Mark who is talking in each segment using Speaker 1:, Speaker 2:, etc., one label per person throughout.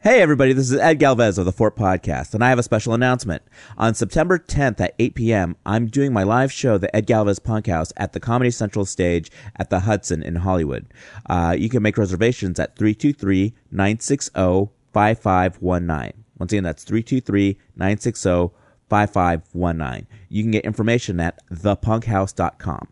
Speaker 1: Hey, everybody, this is Ed Galvez of the Fort Podcast, and I have a special announcement. On September 10th at 8 p.m., I'm doing my live show, The Ed Galvez Punk House, at the Comedy Central stage at the Hudson in Hollywood. Uh, you can make reservations at 323 960 5519. Once again, that's 323 960 5519. You can get information at thepunkhouse.com.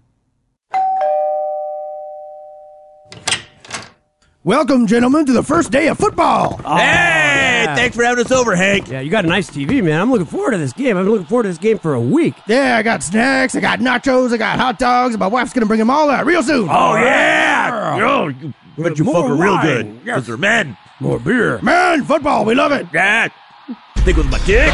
Speaker 2: Welcome, gentlemen, to the first day of football.
Speaker 1: hey, thanks for having us over, Hank.
Speaker 3: Yeah, you got a nice TV, man. I'm looking forward to this game. I've been looking forward to this game for a week.
Speaker 2: Yeah, I got snacks, I got nachos, I got hot dogs. My wife's gonna bring them all out real soon.
Speaker 4: Oh yeah! Yo, you bet you
Speaker 3: More
Speaker 4: fuck her real
Speaker 3: wine.
Speaker 4: good.
Speaker 3: Yes.
Speaker 4: Cause they're men.
Speaker 3: More beer.
Speaker 2: man, football, we love it.
Speaker 4: Yeah. Think with my dick.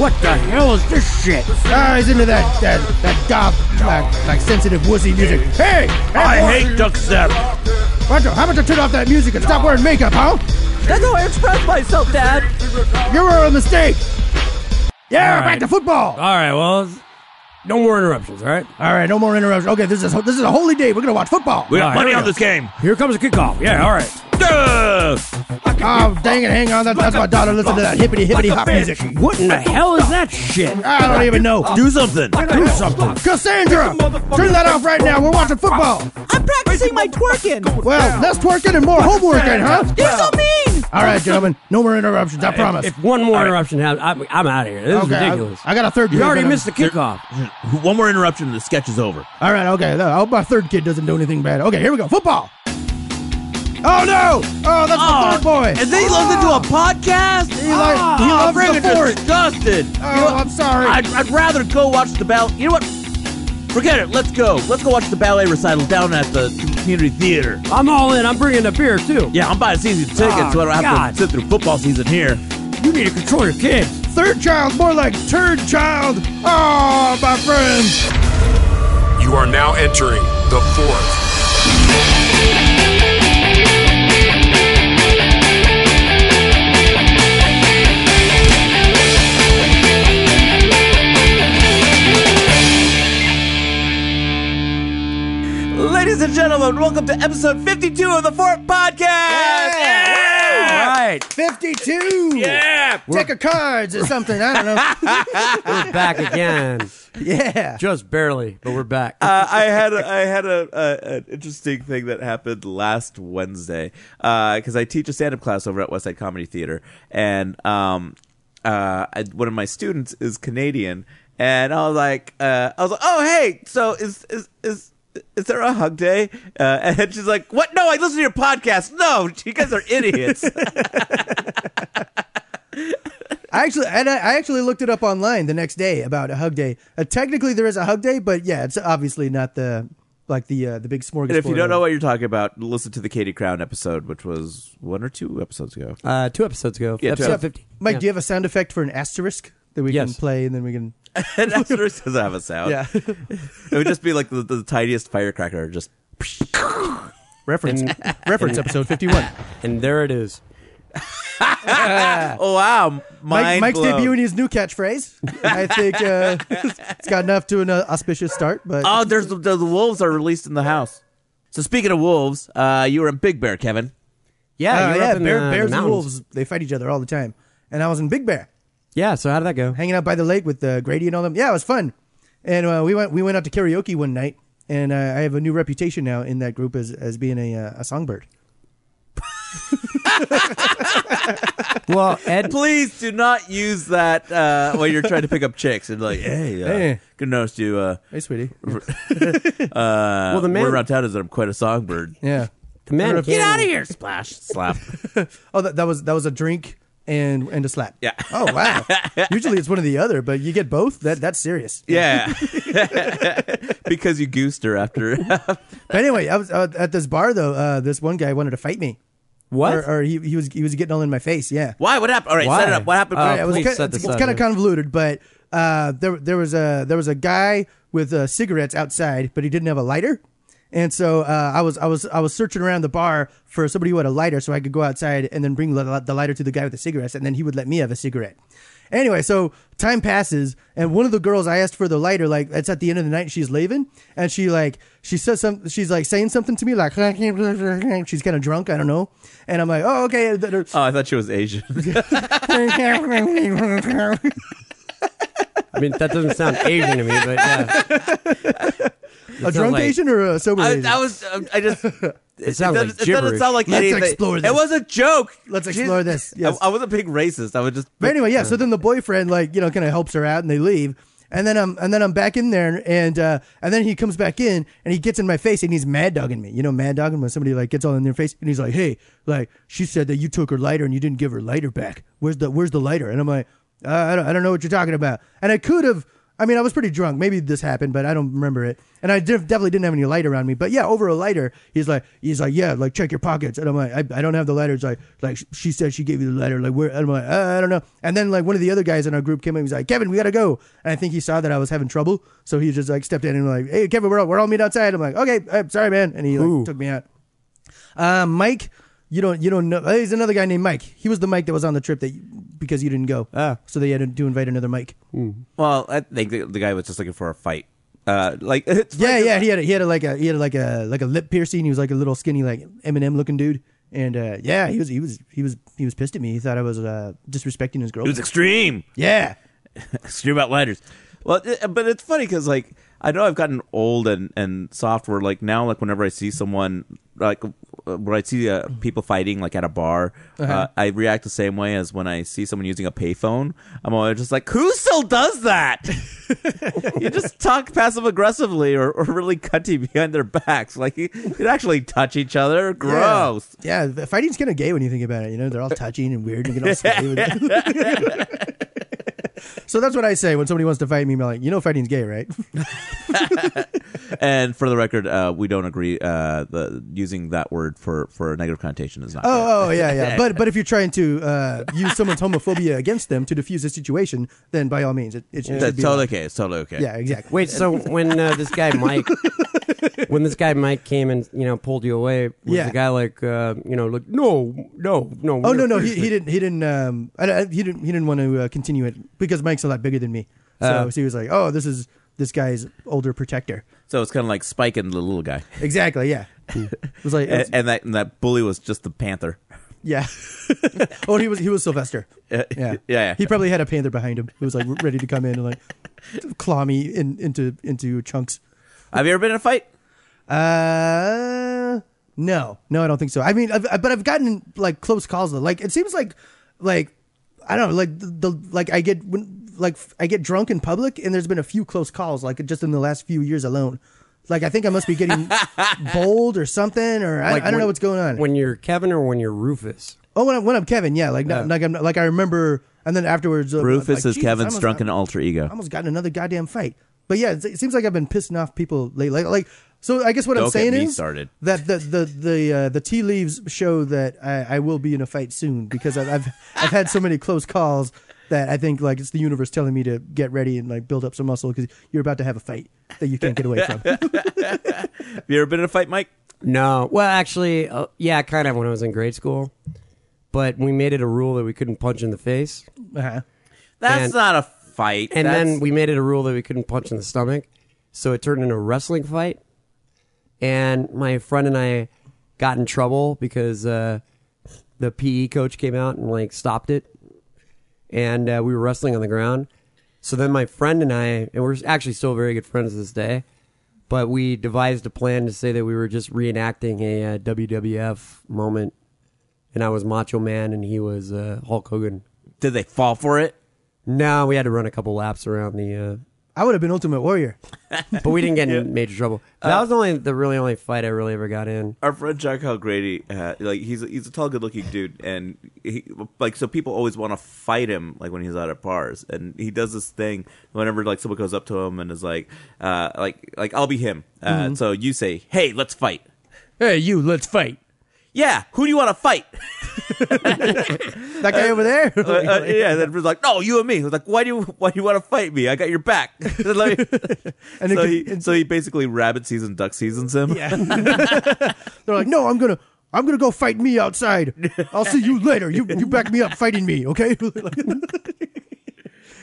Speaker 3: What the hell is this shit?
Speaker 2: Guys, into that that that goth like, like sensitive wussy music. Hey, hey
Speaker 4: I
Speaker 2: boy,
Speaker 4: hate duck step.
Speaker 2: Pancho, how about you turn off that music and stop wearing makeup, huh?
Speaker 3: That's how I express myself, Dad.
Speaker 2: You were a mistake. Yeah,
Speaker 3: All right.
Speaker 2: back to football.
Speaker 3: All right, well, it's- no more interruptions. All right.
Speaker 2: All right, no more interruptions. Okay, this is this is a holy day. We're gonna watch football.
Speaker 4: We got
Speaker 3: All right,
Speaker 4: money
Speaker 3: here we
Speaker 4: on
Speaker 3: go.
Speaker 4: this game.
Speaker 3: Here comes the kickoff. Yeah. All right.
Speaker 4: Duh!
Speaker 2: Oh, dang it, hang on. That, that's my daughter listening to that hippity hippity hop music.
Speaker 3: What in the hell is that shit?
Speaker 2: I don't even know.
Speaker 4: Do something.
Speaker 3: Do something.
Speaker 2: Cassandra, turn that off right now. We're watching football.
Speaker 5: I'm practicing my twerking.
Speaker 2: Well, less twerking and more homework, then, huh?
Speaker 5: You're so mean.
Speaker 2: All right, gentlemen, no more interruptions. I promise.
Speaker 3: If one more interruption happens, I'm, I'm out of here. This is
Speaker 2: Okay, I-
Speaker 3: ridiculous.
Speaker 2: I, got a third.
Speaker 3: you
Speaker 2: kid,
Speaker 3: already
Speaker 2: but I'm-
Speaker 3: missed the kickoff.
Speaker 4: One more interruption and the sketch is over.
Speaker 2: All right, okay. I hope my third kid doesn't do anything bad. Okay, here we go. Football. Oh no! Oh, that's my third boy.
Speaker 5: And they listen to a podcast?
Speaker 2: He like he
Speaker 5: I'm
Speaker 2: loves
Speaker 5: freaking
Speaker 2: the fourth.
Speaker 5: disgusted.
Speaker 2: Oh, I'm sorry.
Speaker 5: I'd, I'd rather go watch the ballet. You know what? Forget it. Let's go. Let's go watch the ballet recital down at the community theater.
Speaker 3: I'm all in. I'm bringing a beer too.
Speaker 5: Yeah, I'm buying season tickets
Speaker 3: Oh,
Speaker 5: so I don't have
Speaker 3: God.
Speaker 5: to sit through football season here.
Speaker 3: You need to control your kids.
Speaker 2: Third child, more like turd child. Oh, my friend.
Speaker 6: You are now entering the fourth.
Speaker 5: Ladies and gentlemen, welcome to episode 52 of the Fort Podcast.
Speaker 3: All right.
Speaker 2: Fifty-two. Yeah. Deck of cards or something. I don't know.
Speaker 3: We're back again.
Speaker 2: yeah.
Speaker 3: Just barely, but we're back.
Speaker 1: uh, I had a, I had a, a an interesting thing that happened last Wednesday because I teach a stand up class over at Westside Comedy Theater, and um, uh, I, one of my students is Canadian, and I was like, uh, I was like, oh hey, so is is is. Is there a hug day? Uh, and she's like, "What? No, I listen to your podcast. No, you guys are idiots."
Speaker 2: I actually, and I, I actually looked it up online the next day about a hug day. Uh, technically, there is a hug day, but yeah, it's obviously not the like the uh, the big smorgasbord.
Speaker 1: and if you don't know what you're talking about, listen to the Katie Crown episode, which was one or two episodes ago.
Speaker 3: Uh, two episodes ago.
Speaker 1: Yeah, two
Speaker 3: episode
Speaker 1: episodes.
Speaker 3: 50.
Speaker 2: Mike,
Speaker 3: Yeah.
Speaker 2: do you have a sound effect for an asterisk that we can
Speaker 3: Yes.
Speaker 2: play, and then we can?
Speaker 1: and Esther doesn't have a sound.
Speaker 2: Yeah.
Speaker 1: It would just be like the, the tiniest firecracker. Just
Speaker 2: reference reference episode fifty one.
Speaker 3: And there it is.
Speaker 1: oh wow,
Speaker 2: Mike,
Speaker 1: mind
Speaker 2: Mike's
Speaker 1: blown.
Speaker 2: debuting his new catchphrase. I think uh, it's gotten off to an uh, auspicious start, but
Speaker 1: Oh, there's the, the wolves are released in the house. So speaking of wolves, uh, you were in Big Bear, Kevin.
Speaker 2: Uh,
Speaker 3: Yeah, you're
Speaker 2: yeah,
Speaker 3: up in
Speaker 2: bear-
Speaker 3: the- the
Speaker 2: bears and
Speaker 3: mountains.
Speaker 2: wolves they fight each other all the time, and I was in Big Bear.
Speaker 3: Yeah, so how did that go?
Speaker 2: hanging out by the lake with uh, Grady and all them. Yeah, it was fun. And uh, we went we went out to karaoke one night, and uh, I have a new reputation now in that group as as being a uh, a songbird.
Speaker 3: Well, Ed,
Speaker 1: Please do not use that uh, when you're trying to pick up chicks and like, hey, uh,
Speaker 2: Hey.
Speaker 1: good notice you. Uh,
Speaker 2: Hey, sweetie.
Speaker 3: well, the
Speaker 1: word
Speaker 3: man,
Speaker 1: around town is that I'm quite a songbird.
Speaker 2: Yeah.
Speaker 3: the man,
Speaker 2: Get
Speaker 3: out of here.
Speaker 1: Splash, slap.
Speaker 2: Oh, that, that was that was a drink and and a slap.
Speaker 1: Yeah.
Speaker 2: Oh wow. Usually it's one or the other, but you get both. That that's serious.
Speaker 1: Yeah, because you goosed her after.
Speaker 2: But anyway, I was uh, at this bar though. Uh, this one guy wanted to fight me.
Speaker 3: What?
Speaker 2: Or, or he he was he was getting all in my face. Yeah.
Speaker 1: Why? What happened? All right,
Speaker 3: Why?
Speaker 1: set it up. What happened?
Speaker 3: Uh,
Speaker 2: Yeah, it was
Speaker 3: please
Speaker 2: kind,
Speaker 3: set
Speaker 2: it's,
Speaker 3: this up,
Speaker 2: kind of
Speaker 3: yeah.
Speaker 2: convoluted, but uh, there there was a there was a guy with uh, cigarettes outside, but he didn't have a lighter, And so uh, I was I was I was searching around the bar for somebody who had a lighter, so I could go outside and then bring the the lighter to the guy with the cigarettes, and then he would let me have a cigarette. Anyway, so time passes, and one of the girls I asked for the lighter, like it's at the end of the night, she's leaving, and she like she says some, she's like saying something to me, like she's kind of drunk, I don't know, and I'm like, oh okay,
Speaker 1: Oh, I thought she was Asian.
Speaker 3: I mean, that doesn't sound Asian to me, but uh, yeah.
Speaker 2: a drunk
Speaker 3: like-
Speaker 2: Asian or a sober
Speaker 1: I,
Speaker 2: Asian?
Speaker 1: I was. um, I just. It, doesn't-
Speaker 3: sounds like
Speaker 1: it doesn't
Speaker 3: gibberish.
Speaker 1: sound like
Speaker 2: Let's
Speaker 1: anything.
Speaker 2: explore this.
Speaker 1: It was a joke.
Speaker 2: Let's explore this,
Speaker 1: I-
Speaker 2: yes.
Speaker 1: I, wasn't being racist. I was just.
Speaker 2: But anyway, yeah. So then the boyfriend, like, you know, kind of helps her out, and they leave. And then I'm and then I'm back in there, and uh, and then he comes back in, and he gets in my face, and he's mad dogging me. You know, mad dogging when somebody like gets all in their face, and he's like, "Hey, like she said that you took her lighter and you didn't give her lighter back. Where's the where's the lighter?" And I'm like, uh, I, don't, "I don't know what you're talking about." And I could have. I mean, I was pretty drunk. Maybe this happened, but I don't remember it. And I def- definitely didn't have any lighter on me. But yeah, over a lighter, he's like, he's like, yeah, like check your pockets. And I'm like, I, I don't have the lighter. It's like, like she said she gave you the lighter. Like where? And I'm like, uh, I don't know. And then like one of the other guys in our group came in. He's like, Kevin, we gotta go. And I think he saw that I was having trouble, so he just like stepped in and like, hey, Kevin, we're all, we're all meet outside. I'm like, okay, i sorry, man. And he like, took me out. Uh, Mike, you don't you don't know. uh, He's another guy named Mike. He was the Mike that was on the trip that you, because you didn't go. Ah. So they had to invite another Mike.
Speaker 1: Well, I think the, the guy was just looking for a fight. Uh, like it's
Speaker 2: Yeah,
Speaker 1: like-
Speaker 2: yeah, he had a, he had a, like a he had a, like a like a lip piercing. He was like a little skinny like Eminem looking dude, and uh, yeah, he was he was he was he was pissed at me. He thought I was uh, disrespecting his
Speaker 7: It
Speaker 2: girl.
Speaker 7: was extreme.
Speaker 2: yeah,
Speaker 7: Extreme about lighters.
Speaker 1: Well, it, but it's funny because like I know I've gotten old and and soft. Where like now, like whenever I see someone like uh, when I see uh, people fighting like at a bar, uh I react the same way as when I see someone using a payphone. I'm always just like, who still does that? you just talk passive aggressively or, or really cutty behind their backs. Like you, you actually touch each other. Gross.
Speaker 2: Yeah, yeah the fighting's kind of gay when you think about it. You know, they're all touching and weird. And you can all sweaty with it. So that's what I say when somebody wants to fight me. I'm like, you know, fighting's gay, right?
Speaker 1: And for the record, uh, we don't agree. Uh, the using that word for for a negative connotation is not. good.
Speaker 2: Oh, oh, yeah, yeah. But but if you're trying to uh, use someone's homophobia against them to diffuse a situation, then by all means, it, it should,
Speaker 1: That's
Speaker 2: be
Speaker 1: totally
Speaker 2: allowed.
Speaker 1: okay. It's totally okay.
Speaker 2: Yeah, exactly.
Speaker 3: Wait, so when uh, this guy Mike, when this guy Mike came and you know pulled you away, was
Speaker 2: Yeah.
Speaker 3: the guy like uh, you know like no no no?
Speaker 2: Oh
Speaker 3: we're
Speaker 2: no no he,
Speaker 3: first."
Speaker 2: he didn't he didn't um I, I- he didn't he didn't want to uh, continue it because Mike's a lot bigger than me so,
Speaker 1: Uh-huh.
Speaker 3: Uh.
Speaker 2: so he was like oh this is this guy's older protector
Speaker 1: So it's kind of like Spike and the little guy,
Speaker 2: exactly yeah it was like it
Speaker 1: and,
Speaker 2: was-
Speaker 1: and that and that bully was just the Panther.
Speaker 2: yeah oh he was he was Sylvester yeah
Speaker 1: yeah, yeah.
Speaker 2: he probably had a panther behind him who was like ready to come in and like claw me in, into into chunks
Speaker 1: Have you ever been in a fight?
Speaker 2: Uh, no, no, I don't think so. I mean, I've, I- but I've gotten like close calls though. Like it seems like, like I don't know, like the, the like I get when like f- I get drunk in public, and there's been a few close calls like just in the last few years alone. Like I think I must be getting bold or something, or I,
Speaker 3: Like,
Speaker 2: I don't
Speaker 3: when-
Speaker 2: know what's going on.
Speaker 3: When you're Kevin or when you're Rufus?
Speaker 2: oh, when I'm, when I'm Kevin, yeah, like no,
Speaker 3: Yeah.
Speaker 2: like I'm like I remember, and then afterwards, uh,
Speaker 1: Rufus
Speaker 2: like,
Speaker 1: is
Speaker 2: Jesus, I
Speaker 1: Kevin's
Speaker 2: almost
Speaker 1: drunken
Speaker 2: got-
Speaker 1: alter
Speaker 2: I
Speaker 1: ego.
Speaker 2: almost got in another goddamn fight. But yeah, it, it seems like I've been pissing off people lately. Like, like so I guess what I'm
Speaker 1: Don't get
Speaker 2: saying
Speaker 1: me
Speaker 2: is
Speaker 1: started.
Speaker 2: that the the the uh, the tea leaves show that I, I will be in a fight soon because I've I've, I've had so many close calls that I think like it's the universe telling me to get ready and like build up some muscle because you're about to have a fight that you can't get away from.
Speaker 1: Have you ever been in a fight, Mike?
Speaker 3: No, well actually, uh, yeah, kind of when I was in grade school, but we made it a rule that we couldn't punch in the face,
Speaker 2: uh-huh.
Speaker 1: That's
Speaker 3: And-
Speaker 1: not a fight.
Speaker 3: and
Speaker 1: That's-
Speaker 3: then we made it a rule that we couldn't punch in the stomach, so it turned into a wrestling fight, and my friend and I got in trouble because uh, the PE coach came out and like stopped it, and uh, we were wrestling on the ground. So then my friend and I, and we're actually still very good friends to this day, but we devised a plan to say that we were just reenacting a uh, WWF moment, and I was Macho Man and he was uh, Hulk Hogan.
Speaker 1: did they fall for it?
Speaker 3: No, we had to run a couple laps around the. Uh,
Speaker 2: I would have been Ultimate Warrior.
Speaker 3: but we didn't get in major trouble. that was only the really only fight I really ever got in.
Speaker 1: Our friend Jack Grady, uh, like he's a- he's a tall, good-looking dude, and he like so people always want to fight him, like when he's out at bars, and he does this thing whenever like someone goes up to him and is like, uh, like like I'll be him. Uh, So you say, hey, let's fight.
Speaker 2: Hey, you, Mm-hmm. let's fight.
Speaker 1: yeah, who do you want to fight?
Speaker 2: That guy over there.
Speaker 1: Uh, uh, yeah, and it was like, no, you and me. He was like, why do you why do you want to fight me? I got your back. Let me-
Speaker 2: And it
Speaker 1: so,
Speaker 2: could-
Speaker 1: he, so he basically rabbit season duck seasons him.
Speaker 2: Yeah. They're like, no, I'm gonna, I'm gonna go fight me outside. I'll see you later. You, you back me up fighting me, okay?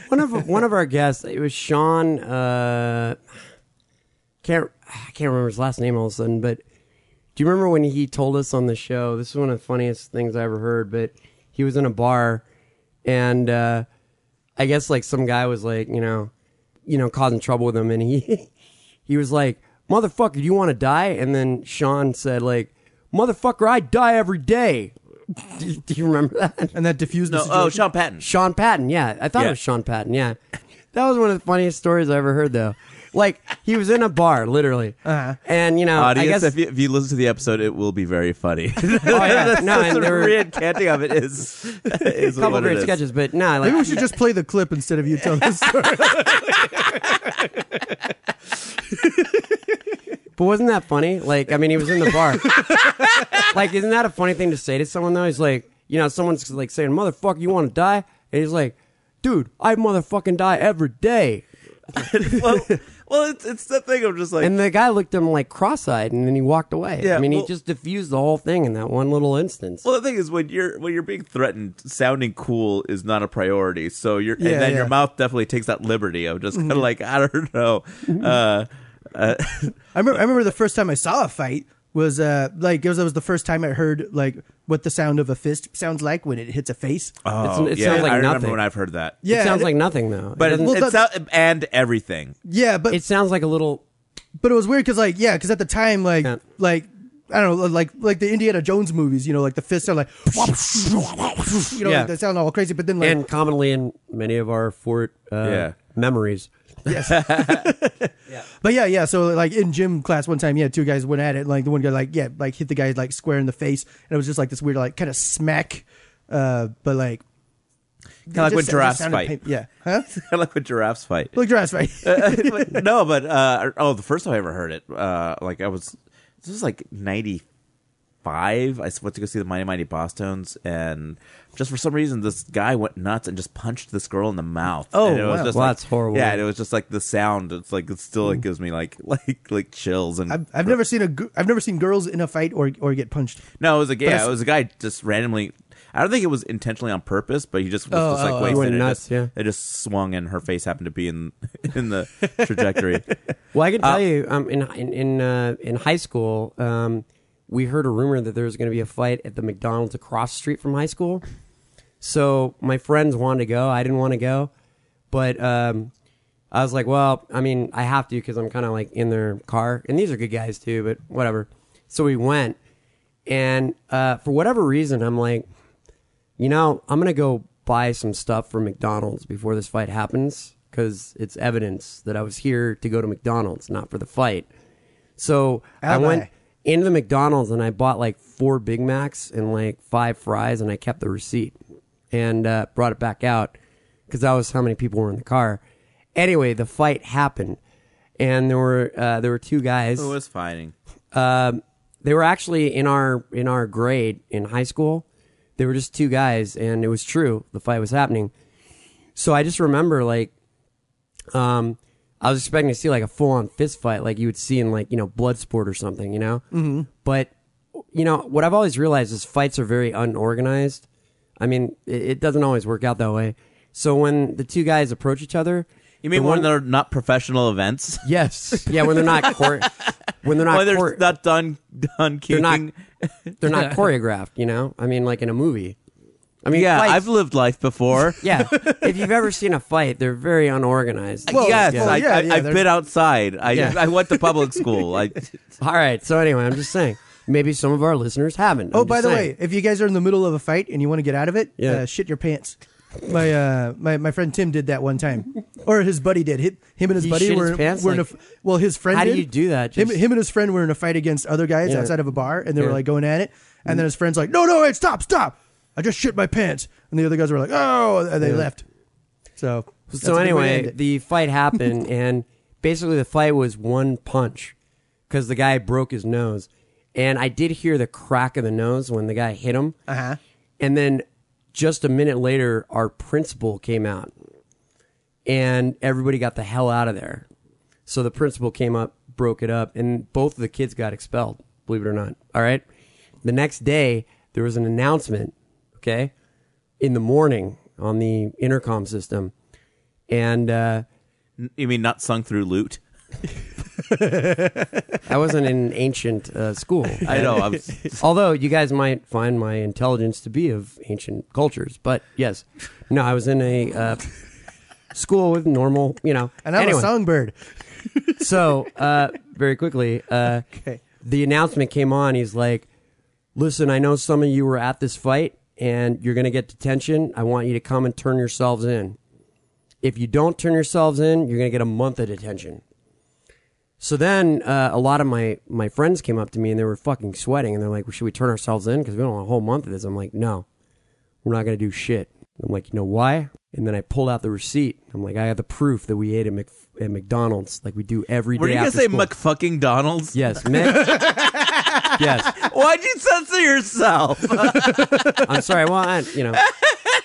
Speaker 3: one of one of our guests it was sean uh can't i can't remember his last name all of a sudden but do you remember when he told us on the show this is one of the funniest things i ever heard but he was in a bar and uh i guess like some guy was like you know you know causing trouble with him and he he was like motherfucker do you want to die and then sean said like motherfucker i die every day do, do you remember that
Speaker 2: and that diffused the
Speaker 1: No,
Speaker 2: situation.
Speaker 1: oh, Sean Patton.
Speaker 3: Sean Patton, yeah. I thought
Speaker 1: Yeah.
Speaker 3: it was Sean Patton, yeah. That was one of the funniest stories I ever heard, though. Like, he was in a bar, literally.
Speaker 2: Uh-huh.
Speaker 3: And, you know,
Speaker 1: Audience,
Speaker 3: I guess.
Speaker 1: if, you, if you listen to the episode, it will be very funny.
Speaker 3: oh, yeah. no, and
Speaker 1: the
Speaker 3: there were a
Speaker 1: recanting of it is, is
Speaker 3: couple
Speaker 1: what it
Speaker 3: great
Speaker 1: is.
Speaker 3: sketches, but no, like.
Speaker 2: Maybe we should just play the clip instead of you telling the story.
Speaker 3: But wasn't that funny? Like, I mean, he was in the bar. like, isn't that a funny thing to say to someone though? He's like, you know, someone's like saying, "Motherfucker, you want to die?" And he's like, "Dude, I motherfucking die every day."
Speaker 1: well, well, it's, it's that thing of just like,
Speaker 3: And the guy looked at him like cross-eyed, and then he walked away.
Speaker 1: Yeah,
Speaker 3: I mean,
Speaker 1: well-
Speaker 3: he just diffused the whole thing in that one little instance.
Speaker 1: Well, the thing is, when you're when you're being threatened, sounding cool is not a priority. So you're,
Speaker 2: Yeah,
Speaker 1: and then
Speaker 2: yeah.
Speaker 1: your mouth definitely takes that liberty of just kind
Speaker 3: Mm-hmm.
Speaker 1: of like, I don't know. Uh, uh,
Speaker 2: I remember, I remember the first time I saw a fight was uh like it was, it was the first time I heard like what the sound of a fist sounds like when it hits a face.
Speaker 1: oh,
Speaker 3: it
Speaker 1: yeah,
Speaker 3: sounds like
Speaker 1: I remember
Speaker 3: nothing.
Speaker 1: when I've heard that.
Speaker 2: Yeah,
Speaker 3: it sounds
Speaker 2: it-
Speaker 3: like nothing though.
Speaker 1: but
Speaker 3: it
Speaker 1: it,
Speaker 3: doesn't-
Speaker 2: well,
Speaker 1: it
Speaker 2: that-
Speaker 1: sound- and everything.
Speaker 2: yeah, but
Speaker 3: it sounds like a little.
Speaker 2: but it was weird because like yeah, because at the time like
Speaker 3: Yeah.
Speaker 2: like. I don't know, like like the Indiana Jones movies, you know, like the fists are like, you know,
Speaker 3: Yeah.
Speaker 2: like they sound all crazy, but then like
Speaker 3: And commonly in many of our fort uh,
Speaker 1: Yeah.
Speaker 3: memories,
Speaker 2: But yeah, yeah. So like in gym class one time, yeah, two guys went at it. Like the one guy, like yeah, like hit the guy like square in the face, and it was just like this weird, like kind of smack. Uh, but like
Speaker 1: Kind of like
Speaker 2: it
Speaker 1: when
Speaker 2: just- it just
Speaker 1: giraffes
Speaker 2: sounded
Speaker 1: fight.
Speaker 2: pain- Yeah, huh?
Speaker 1: Kind of like when giraffes fight.
Speaker 2: Like giraffes fight.
Speaker 1: But- no, but uh, oh, the first time I ever heard it, uh, like I was this was like ninety five. I went to go see the Mighty Mighty Boston's, and just for some reason, this guy went nuts and just punched this girl in the mouth.
Speaker 2: Oh,
Speaker 1: and it was
Speaker 2: wow.
Speaker 1: just
Speaker 3: Well,
Speaker 1: like-
Speaker 3: that's horrible. Mm.
Speaker 1: Yeah, and it was just like the sound. It's like it still like, gives me like like like chills. And
Speaker 2: I've, I've never seen a gr- I've never seen girls in a fight or or get punched.
Speaker 1: no, it was a yeah,
Speaker 2: I've-
Speaker 1: it was a guy just randomly. I don't think it was intentionally on purpose, but he just was
Speaker 2: Oh,
Speaker 1: just like
Speaker 2: oh, oh.
Speaker 1: wasted.
Speaker 3: He went
Speaker 1: It
Speaker 3: nuts,
Speaker 1: just-
Speaker 3: yeah.
Speaker 1: it just swung, and her face happened to be in in the trajectory.
Speaker 3: Well, I can tell you, um, in in in, uh, in high school, um, we heard a rumor that there was going to be a fight at the McDonald's across the street from high school. So my friends wanted to go. I didn't want to go, but um, I was like, well, I mean, I have to because I'm kind of like in their car, and these are good guys too. But whatever. So we went, and uh, for whatever reason, I'm like, you know, I'm gonna go buy some stuff from McDonald's before this fight happens because it's evidence that I was here to go to McDonald's, not for the fight. So I
Speaker 2: Am
Speaker 3: went
Speaker 2: I?
Speaker 3: into the McDonald's and I bought like four Big Macs and like five fries, and I kept the receipt and uh, brought it back out because that was how many people were in the car. Anyway, the fight happened, and there were uh, there were two guys
Speaker 1: Who was fighting?
Speaker 3: um, they were actually in our in our grade in high school. They were just two guys, and it was true. The fight was happening. So I just remember like, um, I was expecting to see like a full on fist fight, like you would see in like you know Bloodsport or something, you know. Mm-hmm. But you know what I've always realized is fights are very unorganized. I mean, it, it doesn't always work out that way. So when the two guys approach each other,
Speaker 1: You mean
Speaker 3: the
Speaker 1: when they're not professional events?
Speaker 3: yes, yeah, when they're not court, when they're not
Speaker 1: When they're
Speaker 3: court-
Speaker 1: not done done
Speaker 3: they're not
Speaker 1: kicking.
Speaker 3: they're not choreographed, you know? I mean like in a movie. I mean
Speaker 1: yeah,
Speaker 3: fights-
Speaker 1: I've lived life before.
Speaker 3: yeah. If you've ever seen a fight, they're very unorganized.
Speaker 1: yes,
Speaker 2: well,
Speaker 1: I,
Speaker 2: yeah,
Speaker 1: I,
Speaker 2: yeah,
Speaker 1: I've
Speaker 2: they're-
Speaker 1: been outside. I
Speaker 3: Yeah.
Speaker 1: I went to public school. I
Speaker 3: All right. So anyway, I'm just saying maybe some of our listeners haven't.
Speaker 2: Oh, by the way, if you guys are in the middle of a fight and you want to get out of it,
Speaker 3: Yeah.
Speaker 2: uh, shit your pants. My uh, my my friend Tim did that one time, or his buddy did. Him, him and his
Speaker 3: He
Speaker 2: buddy
Speaker 3: shit
Speaker 2: were,
Speaker 3: his pants?
Speaker 2: were in a
Speaker 3: Like,
Speaker 2: f- well, his friend.
Speaker 3: how do
Speaker 2: did.
Speaker 3: you do that?
Speaker 2: Him,
Speaker 3: Just-
Speaker 2: him and his friend were in a fight against other guys
Speaker 3: Yeah.
Speaker 2: outside of a bar, and they were
Speaker 3: Yeah. Mm.
Speaker 2: like going at it. And then his friend's like, "No, no, wait, stop, stop! I just shit my pants." And the other guys were like, "Oh," and they left. So that's a
Speaker 3: so
Speaker 2: good way to end
Speaker 3: anyway,
Speaker 2: it.
Speaker 3: the fight happened and basically the fight was one punch cuz the guy broke his nose and I did hear the crack of the nose when the guy hit him.
Speaker 2: Uh-huh.
Speaker 3: And then just a minute later, our principal came out, and everybody got the hell out of there. So the principal came up, broke it up, and both of the kids got expelled, believe it or not. All right. The next day, there was an announcement, okay, in the morning on the intercom system. And uh,
Speaker 1: You mean not sung through lute?
Speaker 3: I wasn't in ancient uh, school.
Speaker 1: I know. I'm,
Speaker 3: Although you guys might find my intelligence to be of ancient cultures, but yes, no, I was in a uh, school with normal, you know.
Speaker 2: And I'm
Speaker 3: anyway,
Speaker 2: a songbird.
Speaker 3: so uh, very quickly, uh,
Speaker 2: Okay.
Speaker 3: the announcement came on. He's like, "Listen, I know some of you were at this fight, and you're going to get detention. I want you to come and turn yourselves in. If you don't turn yourselves in, you're going to get a month of detention." So then, uh, a lot of my my friends came up to me and they were fucking sweating, and they're like, "Should we turn ourselves in? Because we don't want a whole month of this." I'm like, "No, we're not going to do shit." I'm like, you know why? And then I pulled out the receipt. I'm like, I got the proof that we ate at, Mc- at McDonald's like we do every day.
Speaker 1: were you gonna
Speaker 3: after
Speaker 1: say
Speaker 3: school.
Speaker 1: McFucking Donald's?
Speaker 3: Yes, Mac. yes.
Speaker 1: Why'd you censor yourself?
Speaker 3: I'm sorry. Well, I, you know,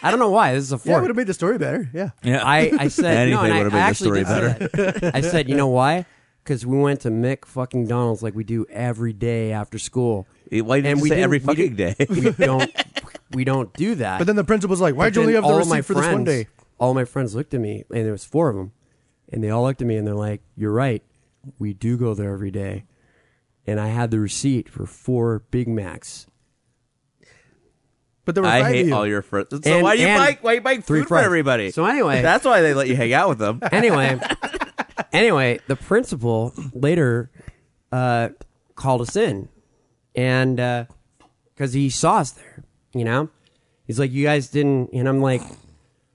Speaker 3: I don't know why. This is a
Speaker 2: Yeah, would
Speaker 3: fork.
Speaker 2: have made the story better. Yeah.
Speaker 3: I, I said no,
Speaker 1: Anything
Speaker 3: and I,
Speaker 1: would've
Speaker 3: I
Speaker 1: made the story
Speaker 3: actually did say that. I said, you know why? Because we went to Mick fucking Donald's like we do every day after school.
Speaker 1: Why did
Speaker 3: And
Speaker 1: you
Speaker 3: we
Speaker 1: say
Speaker 3: didn't-
Speaker 1: every
Speaker 3: we
Speaker 1: fucking day?
Speaker 3: didn't- We don't. We don't do that.
Speaker 2: But then the principal's like, why'd you only
Speaker 3: then
Speaker 2: have the
Speaker 3: all of my
Speaker 2: receipt for this one
Speaker 3: friends-
Speaker 2: day?
Speaker 3: All my friends looked at me, and there was four of them, and they all looked at me, and they're like, "You're right. We do go there every day." And I had the receipt for four Big Macs.
Speaker 2: But there were
Speaker 1: I
Speaker 2: five of
Speaker 1: hate
Speaker 2: you.
Speaker 1: all your friends. So
Speaker 3: And-
Speaker 1: why do you
Speaker 3: and
Speaker 1: buy why you buying
Speaker 3: three
Speaker 1: food for
Speaker 3: fries.
Speaker 1: everybody?
Speaker 3: So anyway-
Speaker 1: that's why they let you hang out with them.
Speaker 3: anyway, anyway, the principal later uh, called us in, and because he saw us there, you know, he's like, "You guys didn't," and I'm like,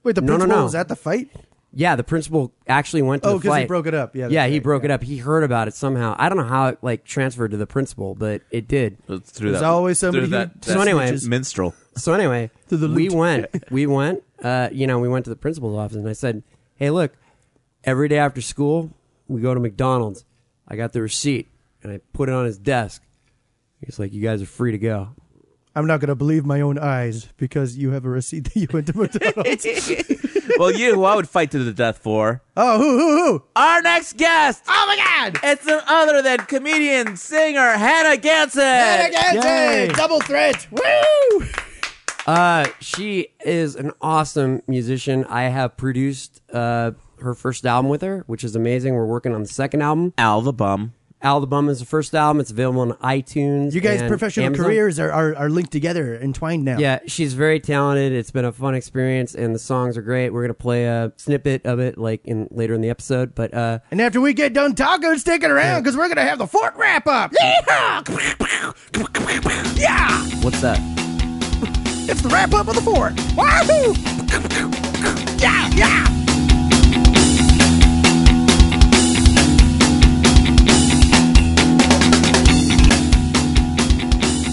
Speaker 2: Wait, the
Speaker 3: No, no,
Speaker 2: principal
Speaker 3: no.
Speaker 2: was at the fight?
Speaker 3: "Yeah." The principal actually went to
Speaker 2: Oh,
Speaker 3: the
Speaker 2: 'cause he
Speaker 3: fight.
Speaker 2: broke it up. Yeah,
Speaker 3: yeah,
Speaker 2: that's
Speaker 3: he
Speaker 2: right.
Speaker 3: broke it up. He heard about it somehow. I don't know how it like transferred to the principal, but it did.
Speaker 1: It's through
Speaker 2: There's always somebody
Speaker 1: through
Speaker 2: who-
Speaker 1: that,
Speaker 3: So anyway-
Speaker 1: that minstrel.
Speaker 3: So anyway,
Speaker 2: the
Speaker 3: we
Speaker 2: loot.
Speaker 3: went, we went, uh, you know, we went to the principal's office and I said, Hey, look, every day after school, we go to McDonald's. I got the receipt and I put it on his desk. He's like, you guys are free to go.
Speaker 2: I'm not going to believe my own eyes because you have a receipt that you went to McDonald's.
Speaker 1: well, you, who I would fight to the death for.
Speaker 2: oh, who, who, who?
Speaker 1: Our next guest. Oh my God! It's none other than comedian, singer Hannah Ganson.
Speaker 3: Yay.
Speaker 2: Double threat. Woo!
Speaker 3: Uh, she is an awesome musician. I have produced, uh, her first album with her, which is amazing. We're working on the second album.
Speaker 1: Al the bum.
Speaker 3: Album is the first album. It's available on iTunes.
Speaker 2: You guys'
Speaker 3: and
Speaker 2: professional
Speaker 3: Amazon.
Speaker 2: careers are, are, are linked together, entwined now.
Speaker 3: Yeah, she's very talented. It's been a fun experience, and the songs are great. We're gonna play a snippet of it like in later in the episode, but uh,
Speaker 2: And after we get done tacos, stick it around because we're going to have the fork wrap up. Yeehaw! Yeah!
Speaker 3: what's that?
Speaker 2: It's the wrap up of the fork. Wahoo! Yeah, yeah!